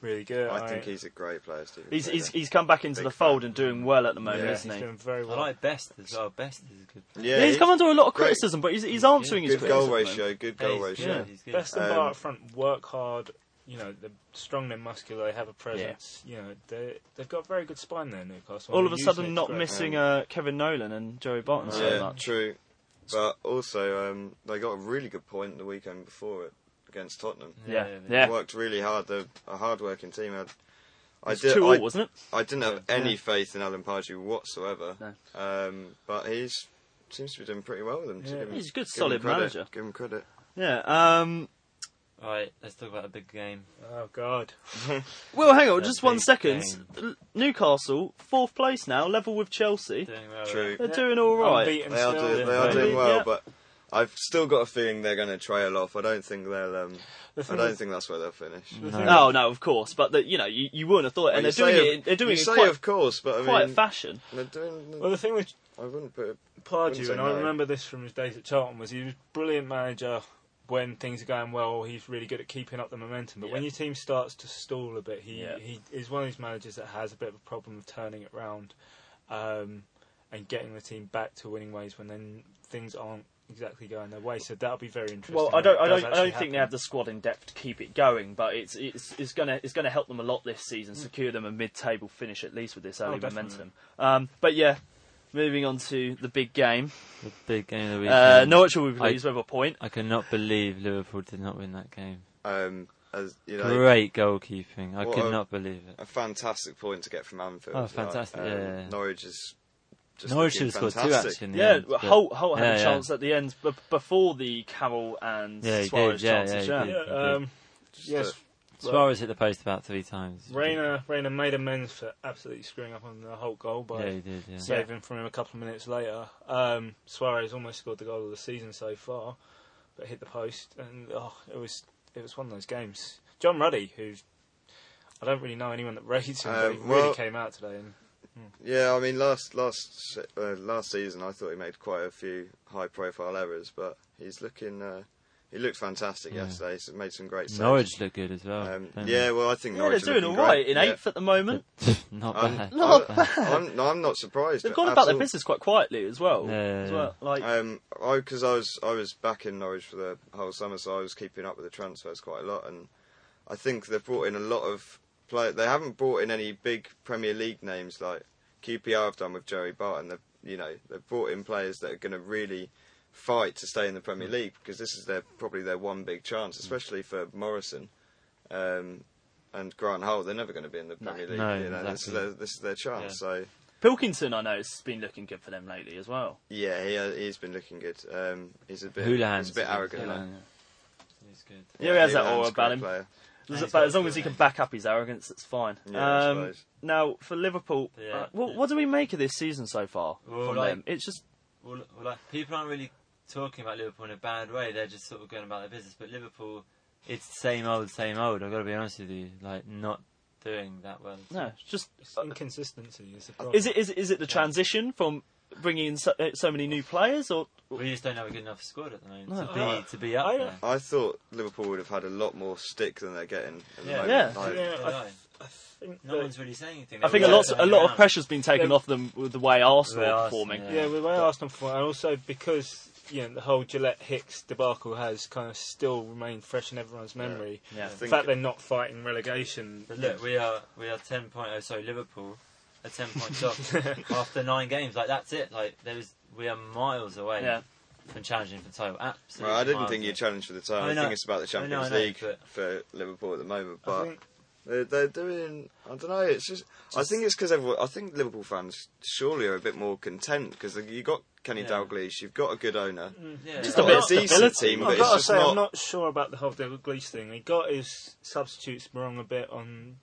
Speaker 2: really good.
Speaker 4: I think he's a great player, Stephen.
Speaker 1: he's he's,
Speaker 4: Taylor.
Speaker 1: he's come back into
Speaker 4: Big
Speaker 1: the fold
Speaker 4: fan.
Speaker 1: and doing well at the moment,
Speaker 2: yeah,
Speaker 1: isn't
Speaker 2: he's
Speaker 1: he?
Speaker 2: doing very
Speaker 3: I
Speaker 2: well.
Speaker 3: like Best as well. Best is a good player.
Speaker 4: yeah,
Speaker 1: Yeah, he's
Speaker 4: he-
Speaker 1: come under a lot of
Speaker 4: great.
Speaker 1: criticism, but he's, he's answering his
Speaker 4: good goal
Speaker 1: criticism.
Speaker 4: ratio. Good
Speaker 3: Yeah,
Speaker 4: goal
Speaker 3: he's
Speaker 4: ratio.
Speaker 3: good,
Speaker 1: Yeah.
Speaker 3: he's good.
Speaker 2: Best and
Speaker 4: Um,
Speaker 2: bar up front, work hard. You know, they're strong, they're muscular, they have a presence. You know, they they've got a very good spine there, Newcastle.
Speaker 1: All
Speaker 2: and
Speaker 1: of a
Speaker 2: they're using
Speaker 1: sudden,
Speaker 2: it
Speaker 1: not
Speaker 2: to great
Speaker 1: missing uh, Kevin Nolan and Joey Barton so
Speaker 4: yeah,
Speaker 1: much.
Speaker 4: true. But also, um, they got a really good point the weekend before it against Tottenham.
Speaker 1: Yeah,
Speaker 3: Yeah,
Speaker 1: yeah.
Speaker 4: Worked really hard. They're a hard-working team. I, I
Speaker 1: It's
Speaker 4: did.
Speaker 1: two all,
Speaker 4: I,
Speaker 1: wasn't it?
Speaker 4: I didn't have any
Speaker 1: Yeah.
Speaker 4: faith in Alan Pardew whatsoever. Um, but he's seems to be doing pretty well with them. to
Speaker 2: Yeah.
Speaker 4: give him-
Speaker 1: He's a good,
Speaker 4: give him
Speaker 1: solid
Speaker 4: credit,
Speaker 1: manager.
Speaker 4: Give him credit.
Speaker 1: Yeah. Um,
Speaker 3: All right, let's talk about a big game.
Speaker 2: Oh God,
Speaker 1: well, hang on,
Speaker 3: Yeah,
Speaker 1: just one
Speaker 3: big
Speaker 1: second.
Speaker 3: game.
Speaker 1: L- Newcastle, fourth place now, level with Chelsea.
Speaker 3: Doing well.
Speaker 4: True.
Speaker 1: They're doing all right.
Speaker 2: Unbeaten
Speaker 4: They are
Speaker 2: still.
Speaker 4: doing, they
Speaker 1: yeah.
Speaker 4: are doing well,
Speaker 1: Yeah.
Speaker 4: but I've still got a feeling they're going to trail off. I don't think they'll. Um,
Speaker 2: The
Speaker 4: I
Speaker 2: thing
Speaker 4: don't
Speaker 2: is-
Speaker 4: think that's where they'll finish.
Speaker 3: Mm-hmm.
Speaker 1: No, no, of course, but the, you know, you, you wouldn't have thought, it. and
Speaker 4: Well,
Speaker 1: they're
Speaker 4: you
Speaker 1: doing
Speaker 4: say
Speaker 1: it.
Speaker 4: of-
Speaker 1: They're doing
Speaker 4: you
Speaker 1: it
Speaker 4: say
Speaker 1: quite,
Speaker 4: of course, but I mean,
Speaker 1: quite fashion.
Speaker 4: they're doing.
Speaker 2: Well, the thing with
Speaker 4: I wouldn't put. It, Wouldn't
Speaker 2: Pardew,
Speaker 4: say
Speaker 2: and I
Speaker 4: no.
Speaker 2: remember this from his days at Charlton, was he was a brilliant manager when things are going well. He's really good at keeping up the momentum. But when
Speaker 1: Yeah.
Speaker 2: your team starts to stall a bit, he,
Speaker 1: Yeah.
Speaker 2: he is one of these managers that has a bit of a problem of turning it round um, and getting the team back to winning ways when then things aren't exactly going their way. So that'll be very interesting.
Speaker 1: Well, I
Speaker 2: when
Speaker 1: don't,
Speaker 2: it
Speaker 1: I
Speaker 2: does
Speaker 1: don't, I
Speaker 2: actually
Speaker 1: don't think they have
Speaker 2: happen.
Speaker 1: the squad in depth to keep it going, but it's it's it's gonna it's gonna help them a lot this
Speaker 3: Mm.
Speaker 1: season, secure them a mid-table finish at least with this
Speaker 3: Oh,
Speaker 1: early
Speaker 2: definitely.
Speaker 1: momentum. Um, but yeah, moving on to the big game.
Speaker 3: The big game of the weekend.
Speaker 1: Uh, Norwich will be
Speaker 3: I-
Speaker 1: pleased with a point.
Speaker 3: I cannot believe Liverpool did not win that game.
Speaker 4: um, as you know,
Speaker 3: Great goalkeeping. I
Speaker 4: What
Speaker 3: could
Speaker 4: a-
Speaker 3: not believe it.
Speaker 4: a fantastic point to get from Anfield.
Speaker 3: Oh,
Speaker 4: like,
Speaker 3: fantastic,
Speaker 4: um,
Speaker 3: yeah, yeah.
Speaker 4: Norwich is. Just
Speaker 3: Norwich should
Speaker 4: looking
Speaker 3: have scored two
Speaker 4: fantastic.
Speaker 3: actually. In the
Speaker 1: Yeah,
Speaker 3: end, but-
Speaker 1: Holt, Holt had
Speaker 3: Yeah,
Speaker 1: a
Speaker 3: yeah.
Speaker 1: chance at the end b- before the Carroll and
Speaker 3: Yeah, he did,
Speaker 1: Suarez
Speaker 3: yeah,
Speaker 1: chances.
Speaker 3: yeah,
Speaker 1: Yeah,
Speaker 3: he did.
Speaker 2: Yeah, um,
Speaker 4: Just
Speaker 2: yes,
Speaker 4: a-
Speaker 3: Suarez hit the post about three times.
Speaker 2: Reina, Reina made amends for absolutely screwing up on the whole goal by
Speaker 3: Yeah, he did. Yeah.
Speaker 2: saving from him a couple of minutes later. Um, Suarez almost scored the goal of the season so far, but hit the post, and oh, it was it was one of those games. John Ruddy, who I don't really know anyone that rates him, but he
Speaker 4: Um,
Speaker 2: really
Speaker 4: well-
Speaker 2: came out today. And
Speaker 4: Yeah, I mean, last last se- uh, last season, I thought he made quite a few high-profile errors, but he's looking. Uh, he looked fantastic
Speaker 3: Yeah.
Speaker 4: yesterday. He's made some great saves.
Speaker 3: Norwich looked good as well.
Speaker 4: Um,
Speaker 3: don't
Speaker 4: yeah, well, I think
Speaker 1: yeah they're
Speaker 4: Norwich are
Speaker 1: doing all
Speaker 4: looking
Speaker 1: right
Speaker 4: great.
Speaker 1: in
Speaker 4: yeah.
Speaker 1: eighth at the moment.
Speaker 3: they? not
Speaker 4: Um,
Speaker 3: bad.
Speaker 1: Not
Speaker 3: bad.
Speaker 4: I'm, no, I'm not surprised.
Speaker 1: They've
Speaker 4: but
Speaker 1: gone about their
Speaker 4: Absol-
Speaker 1: business quite quietly as well.
Speaker 3: Yeah, yeah,
Speaker 1: as
Speaker 3: yeah.
Speaker 1: well. Like,
Speaker 4: Um, I because I was I was back in Norwich for the whole summer, so I was keeping up with the transfers quite a lot, and I think they've brought in a lot of play. They haven't brought in any big Premier League names like QPR have done with Joey Barton. They've you know they've brought in players that are going to really fight to stay in the Premier
Speaker 3: Hmm.
Speaker 4: League because this is their probably their one big chance, especially for Morrison. Um, and Grant Hull, they're never going to be in the Premier League.
Speaker 3: No,
Speaker 4: you know, this, is
Speaker 3: exactly.
Speaker 4: their, this is their chance. So
Speaker 1: Pilkington, I know, has been looking good for them lately as well.
Speaker 4: yeah, he, uh, he's been looking good. Um, he's a bit,
Speaker 3: Houlihan's
Speaker 4: he's a bit arrogant.
Speaker 3: Yeah,
Speaker 4: though.
Speaker 3: yeah. He's good.
Speaker 1: Yeah, he has that
Speaker 4: Iran's
Speaker 1: aura about
Speaker 4: great
Speaker 1: him.
Speaker 4: player.
Speaker 1: As-
Speaker 3: he's
Speaker 1: but
Speaker 3: got
Speaker 1: as long
Speaker 3: a
Speaker 1: as he
Speaker 3: good
Speaker 1: can back up his arrogance, that's fine.
Speaker 4: Yeah, I
Speaker 1: Um,
Speaker 4: suppose.
Speaker 1: now for Liverpool,
Speaker 3: Yeah.
Speaker 1: uh, what, what do we make of this season so far
Speaker 3: Well,
Speaker 1: from
Speaker 3: like-
Speaker 1: them? It's just
Speaker 3: Well, well, like, people aren't really talking about Liverpool in a bad way. They're just sort of going about their business. But Liverpool, it's the same old, same old. I've got to be honest with you. Like, not doing that well.
Speaker 1: no, it's just
Speaker 2: it's inconsistency is the problem.
Speaker 1: uh, is it is it, is it the transition from bringing in so, uh, so many new players or
Speaker 3: We just don't have a good enough squad at the moment
Speaker 1: No,
Speaker 3: to
Speaker 1: I-
Speaker 3: be to be up
Speaker 2: I-
Speaker 3: there.
Speaker 4: I thought Liverpool would have had a lot more stick than they're getting. At
Speaker 3: Yeah.
Speaker 4: the
Speaker 1: Yeah.
Speaker 4: moment. Like,
Speaker 2: Yeah, I,
Speaker 3: No.
Speaker 2: I think
Speaker 3: No
Speaker 2: that-
Speaker 3: one's really saying anything.
Speaker 1: I think a
Speaker 3: They're
Speaker 1: lot
Speaker 3: all
Speaker 1: a
Speaker 3: going
Speaker 1: lot of
Speaker 3: around.
Speaker 1: pressure's been taken
Speaker 2: Yeah.
Speaker 1: off them with the way Arsenal
Speaker 3: The way
Speaker 1: are
Speaker 3: Arsenal,
Speaker 1: performing.
Speaker 3: yeah.
Speaker 2: Yeah, with the way
Speaker 1: But-
Speaker 2: Arsenal perform, and also because you know the whole Gillette Hicks debacle has kind of still remained fresh in everyone's memory.
Speaker 1: Yeah.
Speaker 4: I
Speaker 2: The
Speaker 4: think
Speaker 2: fact they're not fighting relegation.
Speaker 3: But look, we are we are ten point. Oh, sorry, Liverpool are ten points off after nine games. Like that's it. Like there is, we are miles away
Speaker 1: Yeah.
Speaker 3: from challenging for the title. Absolutely.
Speaker 4: Well, I didn't
Speaker 3: miles
Speaker 4: think
Speaker 3: away.
Speaker 4: you'd challenge for the title.
Speaker 3: I
Speaker 4: I,
Speaker 3: know.
Speaker 4: think it's about the
Speaker 3: I know,
Speaker 4: Champions
Speaker 3: I know,
Speaker 4: League
Speaker 3: but-
Speaker 4: for Liverpool at the moment.
Speaker 2: I
Speaker 4: But
Speaker 2: think-
Speaker 4: they're, they're doing. I don't know. It's just. I
Speaker 3: Just-
Speaker 4: think it's because everyone. I think Liverpool fans surely are a bit more content because you got Kenny
Speaker 3: Yeah.
Speaker 4: Dalglish. You've got a good owner.
Speaker 3: Mm, yeah.
Speaker 4: Just
Speaker 1: a
Speaker 4: got
Speaker 1: bit of
Speaker 4: decent
Speaker 1: stability.
Speaker 4: team,
Speaker 1: I've
Speaker 4: but
Speaker 2: I've
Speaker 4: it's
Speaker 2: got to
Speaker 4: just
Speaker 2: say,
Speaker 4: not.
Speaker 2: I'm not sure about the whole David Glees thing. He got his substitutes wrong a bit on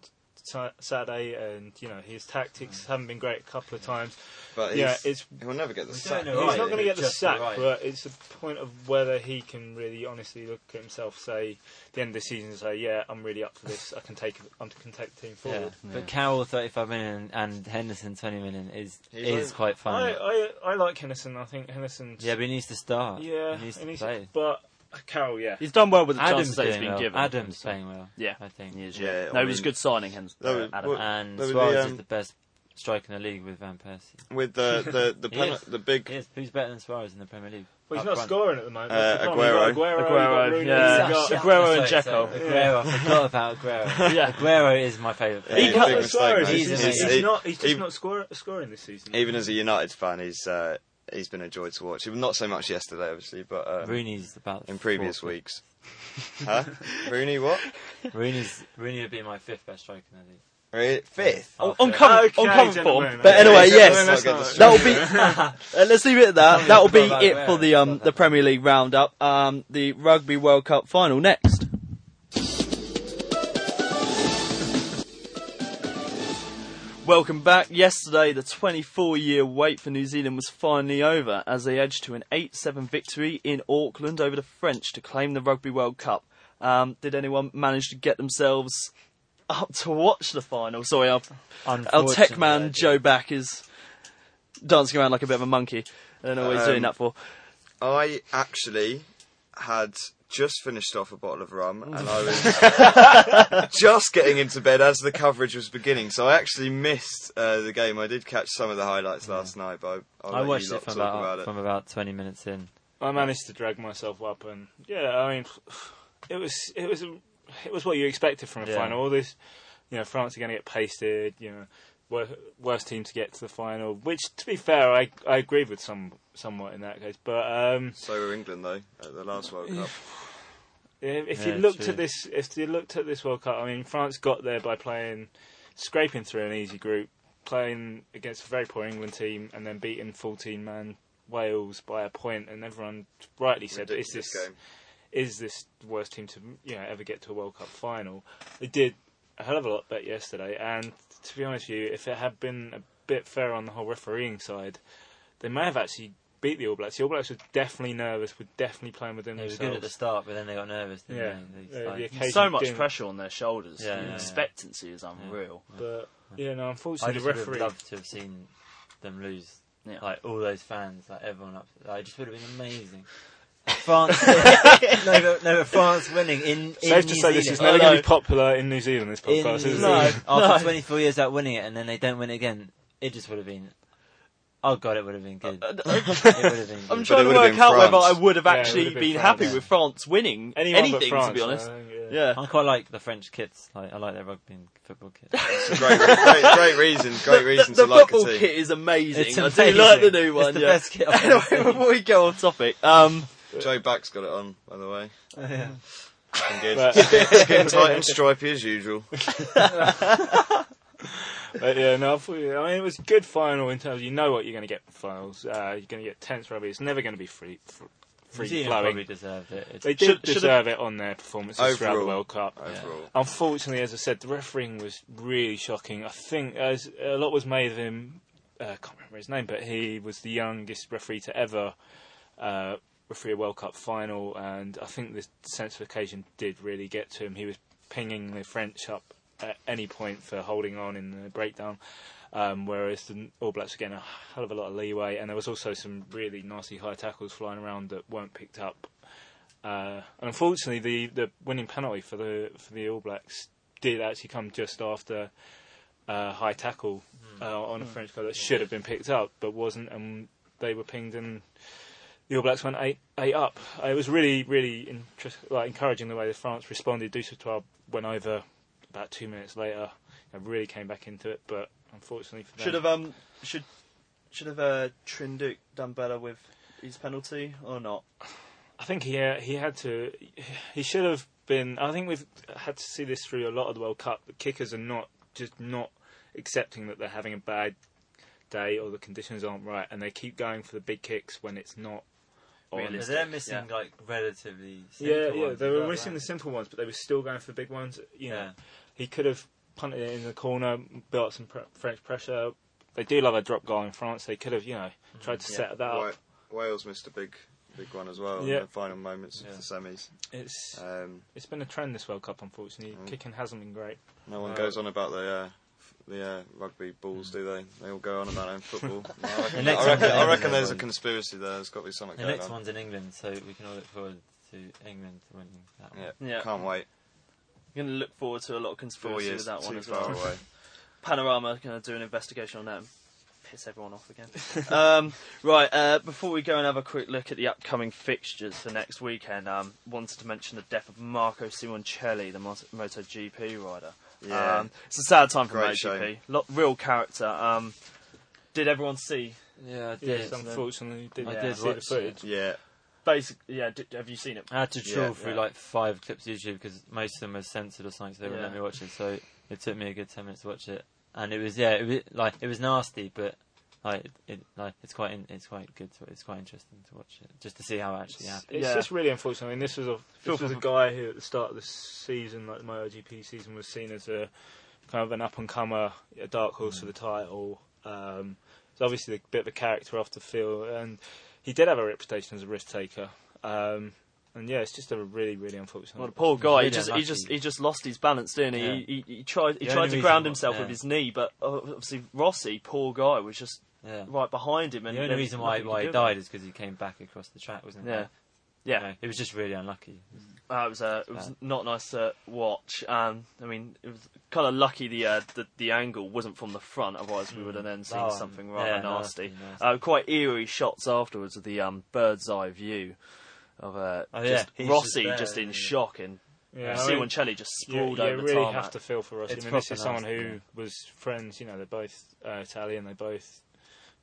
Speaker 2: Sa- Saturday, and you know his
Speaker 3: Mm.
Speaker 2: tactics haven't been great a couple of times.
Speaker 4: But
Speaker 2: yeah,
Speaker 4: he's-
Speaker 2: it's
Speaker 4: he'll never get the
Speaker 3: We don't
Speaker 4: sack.
Speaker 3: know,
Speaker 4: will
Speaker 2: he's
Speaker 3: right,
Speaker 2: not going to
Speaker 4: he?
Speaker 2: get the
Speaker 3: just
Speaker 2: sack,
Speaker 3: right.
Speaker 2: but it's a point of whether he can really honestly look at himself, say the end of the season, and say, yeah, I'm really up for this. I can take, I can take the team
Speaker 3: Yeah,
Speaker 2: forward.
Speaker 3: but Carroll 35 million and Henderson 20 million is
Speaker 4: He's
Speaker 3: is
Speaker 4: like-
Speaker 3: quite fun.
Speaker 2: I, I, I like Henderson. I think Henderson's
Speaker 3: yeah, but he needs to start.
Speaker 2: yeah,
Speaker 3: he needs to
Speaker 2: and he's-
Speaker 3: play.
Speaker 2: but Carroll, yeah,
Speaker 1: He's done well with the
Speaker 3: Adam's
Speaker 1: chances that
Speaker 3: doing
Speaker 1: he's been
Speaker 3: well.
Speaker 1: given.
Speaker 3: Adam's
Speaker 1: So,
Speaker 3: playing well.
Speaker 1: Yeah.
Speaker 3: I think.
Speaker 1: He is,
Speaker 4: Yeah,
Speaker 1: yeah.
Speaker 4: I
Speaker 1: no, he was
Speaker 4: mean-
Speaker 1: good signing, hens.
Speaker 4: That was-
Speaker 1: Adam.
Speaker 4: what-
Speaker 3: And
Speaker 4: There was
Speaker 3: Suarez
Speaker 4: the,
Speaker 3: is
Speaker 4: um,
Speaker 3: the best striker in the league with Van Persie.
Speaker 4: with the the the,
Speaker 3: He
Speaker 4: pen,
Speaker 3: is.
Speaker 4: the big.
Speaker 3: He is. Who's better than Suarez in the Premier League?
Speaker 2: well, he's
Speaker 3: Up
Speaker 2: not
Speaker 3: front. Uh,
Speaker 2: scoring at the moment.
Speaker 4: Uh,
Speaker 2: That's the problem. You've got Aguero,
Speaker 1: Aguero,
Speaker 2: you've got Rooney,
Speaker 1: yeah.
Speaker 2: you've got-
Speaker 1: Shut up. Aguero and
Speaker 3: Sorry, sorry,
Speaker 1: Dzeko.
Speaker 3: Aguero, I forgot about Aguero.
Speaker 1: Yeah.
Speaker 3: Aguero is my favourite
Speaker 4: Yeah,
Speaker 3: player.
Speaker 2: Even
Speaker 4: he's
Speaker 2: though
Speaker 4: a big mistake,
Speaker 2: Suarez
Speaker 4: mate.
Speaker 3: He's
Speaker 2: is-
Speaker 3: amazing.
Speaker 2: he's,
Speaker 4: he-
Speaker 2: not. He's just
Speaker 4: he-
Speaker 2: not score, scoring this season.
Speaker 4: even as a United fan, he's uh, he's been a joy to watch. Not so much yesterday, obviously, but um,
Speaker 3: Rooney's about
Speaker 4: in previous
Speaker 3: fourth.
Speaker 4: weeks. huh? Rooney, what?
Speaker 3: Rooney's Rooney would be my fifth best striker in the league.
Speaker 4: Really? Fifth.
Speaker 2: Oh,
Speaker 1: On,
Speaker 3: After-
Speaker 1: on current, on current form.
Speaker 2: gentlemen,
Speaker 1: But anyway,
Speaker 4: Yeah,
Speaker 1: yes.
Speaker 4: let's not get
Speaker 1: That'll be. uh, let's leave it at that. That'll be
Speaker 3: forgot
Speaker 1: it
Speaker 3: about
Speaker 1: for
Speaker 3: Aguero.
Speaker 1: the um the Premier League roundup. Um, the Rugby World Cup final next. Welcome back. Yesterday, the 24 year wait for New Zealand was finally over as they edged to an 8 7 victory in Auckland over the French to claim the Rugby World Cup. Um, did anyone manage to get themselves up to watch the final? Sorry, our, our tech
Speaker 3: Unfortunately, I
Speaker 1: man
Speaker 3: did.
Speaker 1: Joe Back is dancing around like a bit of a monkey. I don't know what he's doing
Speaker 4: Um,
Speaker 1: that for.
Speaker 4: I actually had just finished off a bottle of rum and I was just getting into bed as the coverage was beginning. So I actually missed uh, the game. I did catch some of the highlights last night, but I'll, I'll
Speaker 3: I
Speaker 4: let
Speaker 3: watched
Speaker 4: you
Speaker 3: it
Speaker 4: lot
Speaker 3: from
Speaker 4: talk
Speaker 3: about,
Speaker 4: about it.
Speaker 3: from about 20 minutes in.
Speaker 2: I managed to drag myself up, and yeah, I mean, it was it was a, it was what you expected from a
Speaker 3: Yeah.
Speaker 2: final. All this, you know, France are going to get pasted. You know, wor- worst team to get to the final. Which, to be fair, I I agree with some somewhat in that case. But um,
Speaker 4: So were England though at the last World Cup.
Speaker 2: if if
Speaker 3: Yeah,
Speaker 2: you looked
Speaker 3: true.
Speaker 2: at this, if you looked at this World Cup, I mean, France got there by playing, scraping through an easy group, playing against a very poor England team, and then beating 14 man Wales by a point, and everyone rightly said, "Is
Speaker 4: Ridiculous
Speaker 2: this
Speaker 4: game.
Speaker 2: is this the worst team to you know ever get to a World Cup final?" They did a hell of a lot better yesterday, and to be honest with you, if it had been a bit fair on the whole refereeing side, they may have actually beat the All Blacks. The All Blacks were definitely nervous, were definitely playing within
Speaker 3: They were
Speaker 2: themselves.
Speaker 3: good at the start, but then they got nervous, didn't
Speaker 2: Yeah.
Speaker 3: they?
Speaker 2: Yeah,
Speaker 3: They
Speaker 2: the
Speaker 3: like-
Speaker 2: occasion
Speaker 1: So much
Speaker 2: didn't-
Speaker 1: pressure on their shoulders.
Speaker 3: Yeah,
Speaker 1: the
Speaker 3: yeah.
Speaker 1: expectancy is unreal.
Speaker 2: But yeah, no,
Speaker 3: I
Speaker 2: unfortunately,
Speaker 3: just
Speaker 2: the
Speaker 3: would have
Speaker 2: referee.
Speaker 3: loved to have seen them lose.
Speaker 1: Yeah.
Speaker 3: Like all those fans, like everyone up, like, it just would have been amazing. France, no, but, no, but France winning in, in
Speaker 2: Safe
Speaker 3: New
Speaker 2: to say this
Speaker 3: Zealand.
Speaker 1: never I gonna
Speaker 2: is never going
Speaker 1: know.
Speaker 2: to
Speaker 1: be
Speaker 2: be popular in New Zealand. This
Speaker 3: in
Speaker 2: podcast,
Speaker 3: New
Speaker 2: is
Speaker 1: No.
Speaker 3: Zealand. after 24 years out winning it, and then they don't win it again. It just would have been. Oh god, it would have been
Speaker 2: Uh,
Speaker 3: good. it would have been. Good.
Speaker 1: I'm
Speaker 4: But
Speaker 1: trying
Speaker 4: it
Speaker 1: to
Speaker 4: would have
Speaker 1: work
Speaker 4: been
Speaker 1: out whether I
Speaker 4: France.
Speaker 1: would have
Speaker 2: Yeah, it
Speaker 1: actually
Speaker 2: would have
Speaker 1: been,
Speaker 2: been
Speaker 1: happy
Speaker 2: France.
Speaker 1: with France winning anything, to be honest. yeah.
Speaker 3: I quite like the French kits. Like I like their rugby and football kits.
Speaker 4: It's a great, great, great reason. Great reason
Speaker 1: the,
Speaker 4: to like a
Speaker 1: football
Speaker 4: team.
Speaker 1: kit is amazing.
Speaker 3: It's
Speaker 1: I do like the
Speaker 3: amazing.
Speaker 1: new
Speaker 3: It's
Speaker 1: one.
Speaker 3: the
Speaker 1: yeah.
Speaker 3: best kit I've
Speaker 1: anyway,
Speaker 3: ever seen.
Speaker 1: before we go off topic, um,
Speaker 4: Joe Back's got it on, by the way. Looking good.
Speaker 2: But,
Speaker 4: Skin tight and stripy as usual.
Speaker 2: but yeah, no, I thought- I mean it was a good final in terms. Of, you know what you're going to get from finals. Uh, you're going to get tense rugby. It's never going to be free, fr-
Speaker 3: New
Speaker 2: free
Speaker 3: Zealand
Speaker 2: flowing.
Speaker 3: probably deserved it. It's-
Speaker 2: They did
Speaker 1: Should- should
Speaker 2: deserve it on their performances throughout the
Speaker 4: Overall.
Speaker 2: World Cup.
Speaker 4: Overall.
Speaker 2: Unfortunately, as I said, the refereeing was really shocking. I think as a lot was made of him. uh, I can't remember his name, but he was the youngest referee to ever uh, referee a World Cup final, and I think the sense of occasion did really get to him. He was pinging the French up at any point for holding on in the breakdown, um, whereas the All Blacks were getting a hell of a lot of leeway, and there was also some really nasty high tackles flying around that weren't picked up. Uh, and unfortunately, the, the winning penalty for the for the All Blacks did actually come just after a high tackle uh, on a French player that should have been picked up but wasn't, and they were pinged and the All Blacks went eight eight up. Uh, It was really really interest, like encouraging the way that France responded. Dussotois went over about two minutes later. and really came back into it, but unfortunately for them,
Speaker 1: Should have um should should have uh, Trinduk done better with his penalty or not?
Speaker 2: I think he uh, he had to. He should have been. I think we've had to see this through a lot of the World Cup. The kickers are not just not accepting that they're having a bad day or the conditions aren't right, and they keep going for the big kicks when it's not.
Speaker 3: But
Speaker 2: On.
Speaker 1: Realistic,
Speaker 3: they're missing
Speaker 1: yeah.
Speaker 3: like relatively. simple
Speaker 2: Yeah, yeah,
Speaker 3: ones
Speaker 2: they
Speaker 3: as
Speaker 2: were
Speaker 3: well,
Speaker 2: missing the
Speaker 3: weren't
Speaker 2: simple ones, but they were still going for the big ones. You
Speaker 3: they?
Speaker 2: know,
Speaker 3: Yeah,
Speaker 2: he could have punted it in the corner, built up some pre- French pressure. They do love a drop goal in France. They could have, you know, tried to
Speaker 3: Mm,
Speaker 1: yeah.
Speaker 2: set that up.
Speaker 4: Wa- Wales missed a big, big one as well
Speaker 2: Yeah.
Speaker 4: in the final moments
Speaker 3: Yeah.
Speaker 4: of the semis.
Speaker 2: It's
Speaker 4: Um,
Speaker 2: it's been a trend this World Cup, unfortunately.
Speaker 4: Mm.
Speaker 2: Kicking hasn't been great.
Speaker 4: no one
Speaker 2: No.
Speaker 4: goes on about the uh, the uh, rugby balls, do they? They all go on about their own football. No, I reckon,
Speaker 3: next
Speaker 4: I reckon,
Speaker 3: one-
Speaker 4: I reckon there's a conspiracy there. There's got to be something
Speaker 3: the
Speaker 4: going
Speaker 3: next
Speaker 4: on.
Speaker 3: one's in England, so we can all look forward to England winning that one.
Speaker 4: Yeah.
Speaker 1: Yeah.
Speaker 4: can't wait.
Speaker 1: I'm going to look forward to a lot of
Speaker 4: Four
Speaker 1: conspiracy
Speaker 4: years
Speaker 1: with that
Speaker 4: too
Speaker 1: one as
Speaker 4: far
Speaker 1: well.
Speaker 4: away.
Speaker 1: Panorama going to do an investigation on that and piss everyone off again. um, right, uh, before we go and have a quick look at the upcoming fixtures for next weekend, um, wanted to mention the death of Marco Simoncelli, the Moto- MotoGP rider.
Speaker 4: Yeah.
Speaker 1: Um, it's a sad time for
Speaker 4: Great
Speaker 1: MotoGP.
Speaker 4: shame.
Speaker 1: Lot, real character. Um, did everyone see?
Speaker 3: Yeah, I did.
Speaker 2: Yes, unfortunately, didn't
Speaker 1: I
Speaker 2: I
Speaker 1: did
Speaker 2: see the
Speaker 3: watch
Speaker 2: footage.
Speaker 4: Yeah,
Speaker 1: Basically, yeah. Did, have you seen it?
Speaker 3: I had to trawl
Speaker 4: Yeah,
Speaker 3: through
Speaker 1: yeah.
Speaker 3: like five clips of YouTube because most of them were censored or something, so they wouldn't let
Speaker 1: Yeah.
Speaker 3: me watch it. So it took me a good ten minutes to watch it, and it was yeah, it was like it was nasty, but like it, it like it's quite in, it's quite good, to, it's quite interesting to watch it just to see how it actually happened.
Speaker 2: It's
Speaker 1: Yeah.
Speaker 2: just really unfortunate. I mean, this was a
Speaker 1: Feel
Speaker 2: this was
Speaker 1: for-
Speaker 2: a guy who at the start of the season, like the MotoGP season, was seen as a kind of an up and comer, a dark horse for the title. Um, he's obviously a bit of a character off the field, and he did have a reputation as a risk taker. Um, and yeah, it's just a really, really unfortunate.
Speaker 1: Well, the poor guy. He
Speaker 3: really
Speaker 1: just, he
Speaker 3: unlucky.
Speaker 1: just, he just lost his balance, didn't he?
Speaker 3: Yeah.
Speaker 1: He, he, he tried, he
Speaker 3: The
Speaker 1: tried
Speaker 3: only
Speaker 1: to
Speaker 3: reason
Speaker 1: ground
Speaker 3: why-
Speaker 1: himself with
Speaker 3: yeah.
Speaker 1: his knee, but uh, obviously Rossi, poor guy, was just
Speaker 3: Yeah.
Speaker 1: right behind him. And
Speaker 3: The only
Speaker 1: there was
Speaker 3: reason why
Speaker 1: nothing
Speaker 3: why
Speaker 1: he
Speaker 3: he
Speaker 1: could do about
Speaker 3: died is because he came back across the track, wasn't
Speaker 1: it.
Speaker 3: it?
Speaker 1: Yeah, yeah.
Speaker 3: No, it was just really unlucky.
Speaker 1: Uh, it was uh, it was not nice to watch. Um, I mean, it was kind of lucky the, uh, the the angle wasn't from the front, otherwise we would have then seen
Speaker 3: Oh,
Speaker 1: something rather
Speaker 3: yeah,
Speaker 1: nasty.
Speaker 3: nasty, nasty.
Speaker 1: Uh, quite eerie shots afterwards of the um, bird's eye view of uh,
Speaker 3: Oh,
Speaker 1: just
Speaker 3: yeah, he's
Speaker 1: Rossi
Speaker 3: just there,
Speaker 1: just, in
Speaker 3: isn't he?
Speaker 1: shock and
Speaker 2: yeah, I mean,
Speaker 1: Simoncelli just
Speaker 2: you,
Speaker 1: sprawled
Speaker 2: you
Speaker 1: over
Speaker 2: really
Speaker 1: the tarmac.
Speaker 2: have to feel for Rossi.
Speaker 3: It's
Speaker 2: I mean, this
Speaker 3: proper
Speaker 2: is someone
Speaker 3: nasty,
Speaker 2: who
Speaker 3: yeah.
Speaker 2: was friends. You know, they're both uh, Italian. They both,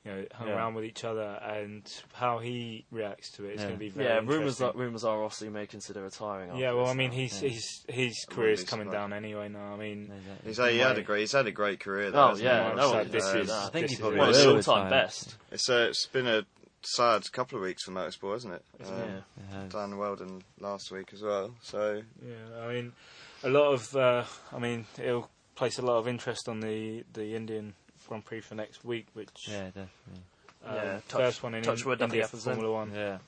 Speaker 2: you know, hung
Speaker 1: Yeah.
Speaker 2: around with each other, and how he reacts to it is
Speaker 3: Yeah.
Speaker 2: going to be very
Speaker 1: yeah, rumors
Speaker 2: interesting.
Speaker 1: are, rumors are Rossi may consider retiring.
Speaker 2: Yeah,
Speaker 1: after
Speaker 2: well,
Speaker 1: this
Speaker 2: I mean,
Speaker 1: now.
Speaker 2: he's
Speaker 3: yeah.
Speaker 2: he's his
Speaker 4: I
Speaker 2: career's
Speaker 4: wouldn't be
Speaker 2: coming
Speaker 4: surprised.
Speaker 2: down anyway now. I mean,
Speaker 4: he's
Speaker 3: Exactly.
Speaker 4: had, he had a
Speaker 2: Right.
Speaker 4: great, he's had a great career.
Speaker 1: Oh,
Speaker 4: Though, hasn't he?
Speaker 1: yeah, uh, no one
Speaker 4: Um,
Speaker 1: this
Speaker 2: is-
Speaker 3: I think
Speaker 2: This
Speaker 3: he's
Speaker 2: is
Speaker 3: probably
Speaker 1: well,
Speaker 4: his
Speaker 3: will
Speaker 1: all-time
Speaker 3: retire,
Speaker 1: best.
Speaker 4: It's uh, it's been a sad couple of weeks for motorsport, hasn't it? Um,
Speaker 1: yeah.
Speaker 3: Yeah.
Speaker 4: Dan Weldon last week as well. So
Speaker 2: yeah, I mean, a lot of, uh, I mean, it'll place a lot of interest on the the Indian Grand Prix for next week, which
Speaker 3: Yeah, definitely.
Speaker 2: um,
Speaker 1: Yeah, touch-
Speaker 2: first one in
Speaker 1: touch wood, nothing
Speaker 2: India for
Speaker 1: happens then.
Speaker 2: Formula One.
Speaker 3: Yeah.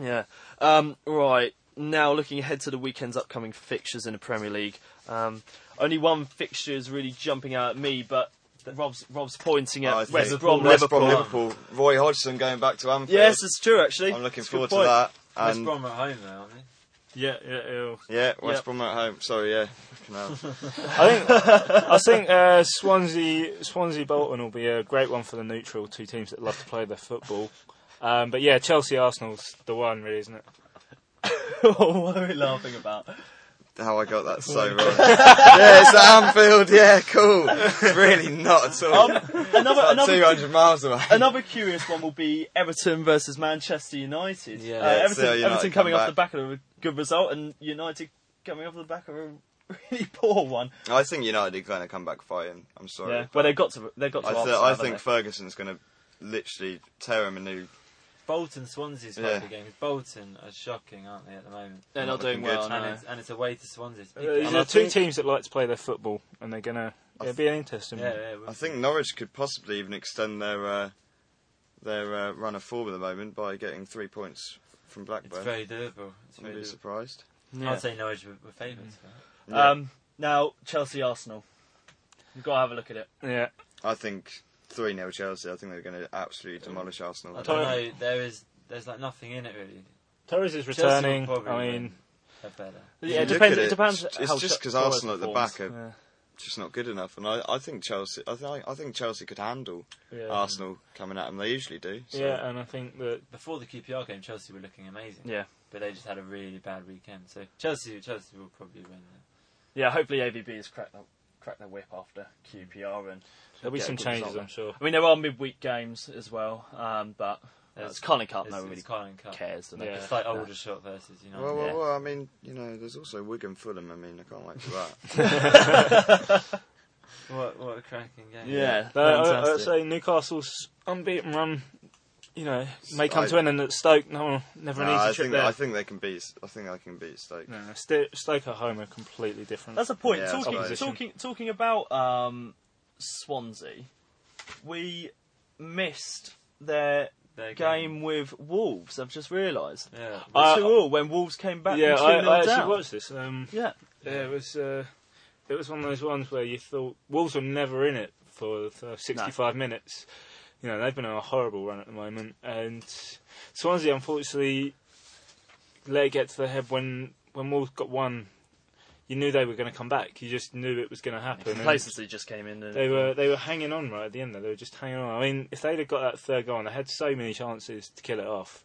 Speaker 1: Yeah. Um, right. Now, looking ahead to the weekend's upcoming fixtures in the Premier League, um, only one fixture is really jumping out at me, but Rob's, Rob's pointing at
Speaker 4: I think
Speaker 1: West Brom
Speaker 4: West
Speaker 1: Liverpool.
Speaker 4: Brom, Liverpool. Roy Hodgson going back to Anfield.
Speaker 1: Yes, it's true, actually.
Speaker 4: I'm looking
Speaker 1: It's a good
Speaker 4: forward to
Speaker 1: point.
Speaker 4: that.
Speaker 3: West
Speaker 4: And
Speaker 3: Brom are at home though, aren't they?
Speaker 2: Yeah, yeah. It'll...
Speaker 4: yeah, West
Speaker 1: Yep.
Speaker 4: Brom at home. Sorry, yeah. Fucking hell.
Speaker 2: I think I think uh, Swansea Swansea Bolton will be a great one for the neutral two teams that love to play their football. Um, but yeah, Chelsea Arsenal's the one, really, isn't it?
Speaker 1: Oh, what are we laughing about?
Speaker 4: How I got that so wrong. yeah, it's at Anfield. Yeah, cool. Really not at all.
Speaker 1: Another,
Speaker 4: About
Speaker 1: Um, another,
Speaker 4: 200 miles away.
Speaker 1: another curious one will be Everton versus Manchester United.
Speaker 3: Yeah.
Speaker 1: Uh,
Speaker 3: Yeah,
Speaker 4: it's, uh,
Speaker 1: Everton,
Speaker 4: United
Speaker 1: Everton coming
Speaker 4: come
Speaker 1: off the back of a good result, and United coming off the back of a really poor one.
Speaker 4: I think United are going to come back fighting. I'm sorry.
Speaker 1: Yeah. Well, they've got to. They've got to.
Speaker 4: I, th-
Speaker 1: Arsenal,
Speaker 4: I
Speaker 1: haven't
Speaker 4: think
Speaker 1: they?
Speaker 4: Ferguson's going to literally tear him a new.
Speaker 3: Bolton Swansea's quite
Speaker 4: Yeah.
Speaker 3: a good game. Bolton are shocking, aren't they, at the moment?
Speaker 1: They're not doing
Speaker 4: Looking good.
Speaker 1: well.
Speaker 3: and,
Speaker 1: no.
Speaker 3: it's, and it's away to
Speaker 1: Uh,
Speaker 3: Swansea. It's a big
Speaker 2: These
Speaker 3: game.
Speaker 4: And I
Speaker 2: are two
Speaker 4: think-
Speaker 2: teams that like to play their football, and they're gonna.
Speaker 4: I
Speaker 2: It'll be an interesting.
Speaker 3: yeah,
Speaker 2: one.
Speaker 3: yeah, we'll
Speaker 4: I
Speaker 3: see.
Speaker 4: think Norwich could possibly even extend their uh, their uh, run of form at the moment by getting three points from
Speaker 3: it's
Speaker 4: Blackburn.
Speaker 3: very doable. It's
Speaker 4: I'd
Speaker 3: very
Speaker 4: be Mm.
Speaker 3: doable.
Speaker 4: surprised.
Speaker 1: Yeah.
Speaker 3: I'd say Norwich were, were favourites. for that.
Speaker 4: Yeah.
Speaker 1: Um, now Chelsea Arsenal. You've got to have a look at it.
Speaker 2: Yeah,
Speaker 4: I think 3 0 Chelsea. I think they're going to absolutely demolish Arsenal.
Speaker 3: I don't
Speaker 2: Tottenham-
Speaker 3: know. There is there's like nothing in it really.
Speaker 2: Torres is
Speaker 3: Chelsea will
Speaker 2: returning.
Speaker 3: probably
Speaker 2: I mean,
Speaker 3: win. They're better.
Speaker 4: If you
Speaker 1: Yeah, it
Speaker 4: look
Speaker 1: depends.
Speaker 4: at
Speaker 1: It, depends.
Speaker 4: It's
Speaker 1: how
Speaker 4: just
Speaker 1: Ch-
Speaker 4: because
Speaker 1: Torres
Speaker 4: Arsenal at the
Speaker 1: performs.
Speaker 4: back are
Speaker 2: yeah,
Speaker 4: just not good enough, and I, I think Chelsea. I, th- I think Chelsea could handle
Speaker 2: yeah.
Speaker 4: Arsenal coming at them. They usually do. So.
Speaker 2: Yeah, and I think that
Speaker 3: Before the QPR game, Chelsea were looking amazing.
Speaker 1: Yeah,
Speaker 3: But they just had a really bad weekend. So Chelsea, Chelsea will probably win. that.
Speaker 1: yeah. Hopefully, AVB has cracked their, cracked their whip after QPR, and
Speaker 2: there'll be
Speaker 1: Yeah,
Speaker 2: some
Speaker 1: good
Speaker 2: changes,
Speaker 1: result.
Speaker 2: I'm sure.
Speaker 1: I mean there are midweek games as well. Um, but It's Carling Cup.
Speaker 3: It's,
Speaker 1: No one
Speaker 3: it's
Speaker 1: really
Speaker 3: Carling Cup.
Speaker 1: cares. do they?
Speaker 2: Yeah.
Speaker 3: It's like Aldershot versus United.
Speaker 4: Well, well,
Speaker 1: Yeah.
Speaker 4: well, I mean, you know, there's also Wigan Fulham. I mean, I can't wait for that.
Speaker 3: What, what a cracking game.
Speaker 1: Yeah,
Speaker 2: No, I, I'd
Speaker 1: fantastic.
Speaker 2: say Newcastle's unbeaten run, you know, may come
Speaker 4: I-
Speaker 2: to an end at Stoke. No, one- never
Speaker 4: Nah,
Speaker 2: needs
Speaker 4: Uh, I
Speaker 2: a trip
Speaker 4: think
Speaker 2: there.
Speaker 4: I think they can beat. I think they can beat Stoke.
Speaker 2: no, Sto- Stoke at home are completely different.
Speaker 1: That's a point.
Speaker 4: Yeah, that's
Speaker 1: talking,
Speaker 4: right.
Speaker 1: talking, talking about um, Swansea, we missed their
Speaker 3: Their
Speaker 1: game Oh, with Wolves. I've just realised.
Speaker 3: Yeah.
Speaker 2: I-
Speaker 4: Uh,
Speaker 1: Two all when Wolves came back.
Speaker 2: yeah,
Speaker 1: from
Speaker 2: I,
Speaker 1: 2-0
Speaker 2: I actually
Speaker 1: down.
Speaker 2: watched this. Um,
Speaker 1: Yeah,
Speaker 2: yeah, it was uh, it was one of those ones where you thought Wolves were never in it for the first 65 minutes. You know, they've been on a horrible run at the moment, and Swansea unfortunately let it get to their head when when Wolves got one. You knew they were going to come back. You just knew it was going to happen. and-
Speaker 1: complacency just came in. and-
Speaker 2: They were they were hanging on right at the end. Though. They were just hanging on. I mean, if they'd have got that third goal, and they had so many chances to kill it off,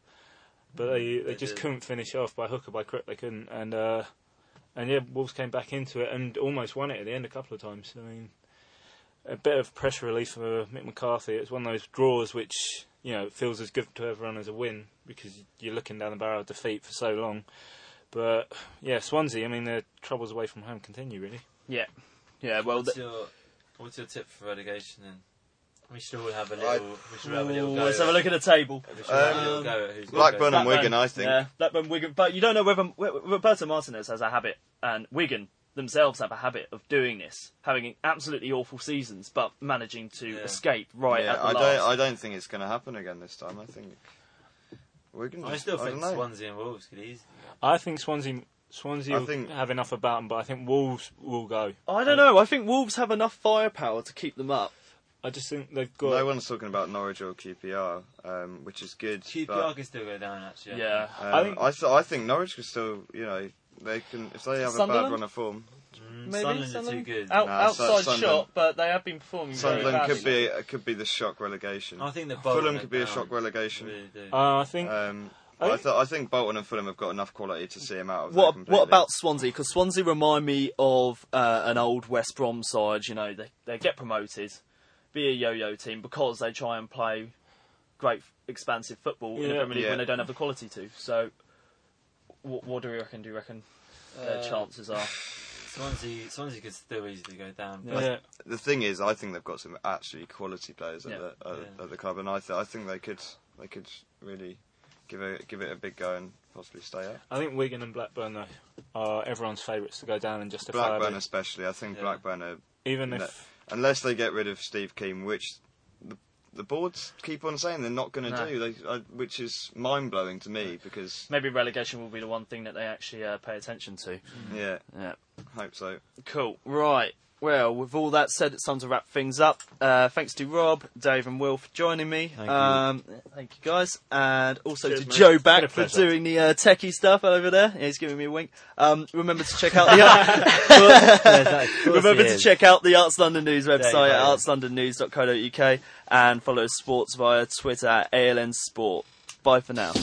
Speaker 2: but they they,
Speaker 3: Mm, they
Speaker 2: just
Speaker 3: did.
Speaker 2: couldn't finish off by hook or by crook. They couldn't, and uh, and yeah, Wolves came back into it and almost won it at the end a couple of times. I mean, a bit of pressure relief for Mick McCarthy. It's one of those draws which you know feels as good to everyone as a win because you're looking down the barrel of defeat for so long. But yeah, Swansea. I mean, their troubles away from home continue really.
Speaker 1: Yeah, yeah. Well,
Speaker 3: What's
Speaker 1: th-
Speaker 3: your, what's your tip for relegation then? We should all have a
Speaker 4: I-
Speaker 3: little, we should have a little
Speaker 1: Ooh,
Speaker 3: go.
Speaker 1: let's
Speaker 3: at-
Speaker 1: have a look at the table.
Speaker 3: we should have a
Speaker 4: Um,
Speaker 3: little go at who's
Speaker 4: Blackburn
Speaker 3: gonna
Speaker 4: and Wigan, I think.
Speaker 1: Yeah, Blackburn, Wigan. But you don't know whether wh- Roberto Martinez has a habit, and Wigan themselves have a habit of doing this, having absolutely awful seasons, but managing to
Speaker 3: Yeah.
Speaker 1: escape right at
Speaker 4: yeah,
Speaker 1: the
Speaker 4: I
Speaker 1: last.
Speaker 4: don't. I don't think it's going to happen again this time. I think Wigan.
Speaker 3: go. I
Speaker 4: just-
Speaker 3: still
Speaker 4: I
Speaker 3: think
Speaker 4: don't know.
Speaker 3: Swansea and Wolves could easily.
Speaker 2: I think Swansea Swansea
Speaker 4: I
Speaker 2: will
Speaker 4: think-
Speaker 2: have enough about them, but I think Wolves will go.
Speaker 1: I don't know. I think Wolves have enough firepower to keep them up.
Speaker 2: I just think they've got.
Speaker 4: No one's talking about Norwich or QPR, um, which is good.
Speaker 3: QPR
Speaker 4: but,
Speaker 3: could still go down actually. I think.
Speaker 4: um,
Speaker 2: I
Speaker 4: I
Speaker 2: think-
Speaker 4: think I, th- I think Norwich could still. You know, they can if they have a
Speaker 1: Sunderland?
Speaker 4: bad run of form.
Speaker 3: Mm,
Speaker 1: Maybe
Speaker 3: Sunderland, are
Speaker 1: Sunderland?
Speaker 3: too good.
Speaker 1: Out,
Speaker 4: Nah,
Speaker 1: outside
Speaker 4: Sun- Sunderland-
Speaker 1: shot, but they have been performing very
Speaker 4: Sunderland
Speaker 1: badly.
Speaker 4: could be uh, could be the shock relegation.
Speaker 3: I think that Bolton
Speaker 4: Fulham
Speaker 3: are
Speaker 4: could be a
Speaker 3: down.
Speaker 4: shock relegation.
Speaker 3: They really do.
Speaker 2: Uh, I think
Speaker 4: Um,
Speaker 2: I
Speaker 4: I,
Speaker 2: think-
Speaker 4: th- I think Bolton and Fulham have got enough quality to see him out of there
Speaker 1: What
Speaker 4: completely.
Speaker 1: what about Swansea? Because Swansea remind me of uh, an old West Brom side. You know, they they get promoted, be a yo-yo team because they try and play great expansive football in the
Speaker 2: Yeah.
Speaker 1: Premier League
Speaker 4: Yeah.
Speaker 1: when they don't have the quality to. So, what, what do you reckon? Do you reckon their
Speaker 3: Uh,
Speaker 1: chances are?
Speaker 3: Swansea, Swansea could still easily go down. But
Speaker 2: yeah,
Speaker 4: the thing is, I think they've got some actually quality players at,
Speaker 1: Yeah.
Speaker 4: the, at,
Speaker 3: Yeah.
Speaker 4: at the club, and I, th- I think they could they could really give it give it a big go and possibly stay up.
Speaker 2: I think Wigan and Blackburn though are everyone's favourites to go down and justifiably.
Speaker 4: Blackburn, especially, I think
Speaker 3: Yeah.
Speaker 4: Blackburn are
Speaker 2: Even if
Speaker 4: No. unless they get rid of Steve Keane, which the, the boards keep on saying they're not going to
Speaker 1: No.
Speaker 4: do, they, I, which is mind blowing to me because
Speaker 1: Maybe relegation will be the one thing that they actually uh, pay attention to.
Speaker 4: yeah,
Speaker 1: Yeah.
Speaker 4: hope so.
Speaker 1: Cool. Right. Well, with all that said, it's time to wrap things up. Uh, thanks to Rob, Dave, and Will for joining me.
Speaker 3: Thank you.
Speaker 1: um, you. Thank you, guys. And also
Speaker 2: Cheers,
Speaker 1: to
Speaker 2: mate.
Speaker 1: Joe
Speaker 2: It's been a
Speaker 1: Back for
Speaker 2: pleasure.
Speaker 1: doing the uh, techie stuff over there. Yeah, he's giving me a wink. Um, remember to check out the remember to check out the Arts London News website at
Speaker 3: Dave,
Speaker 1: artslondonnews.co.uk and follow sports via Twitter at ALN Sport. Bye for now.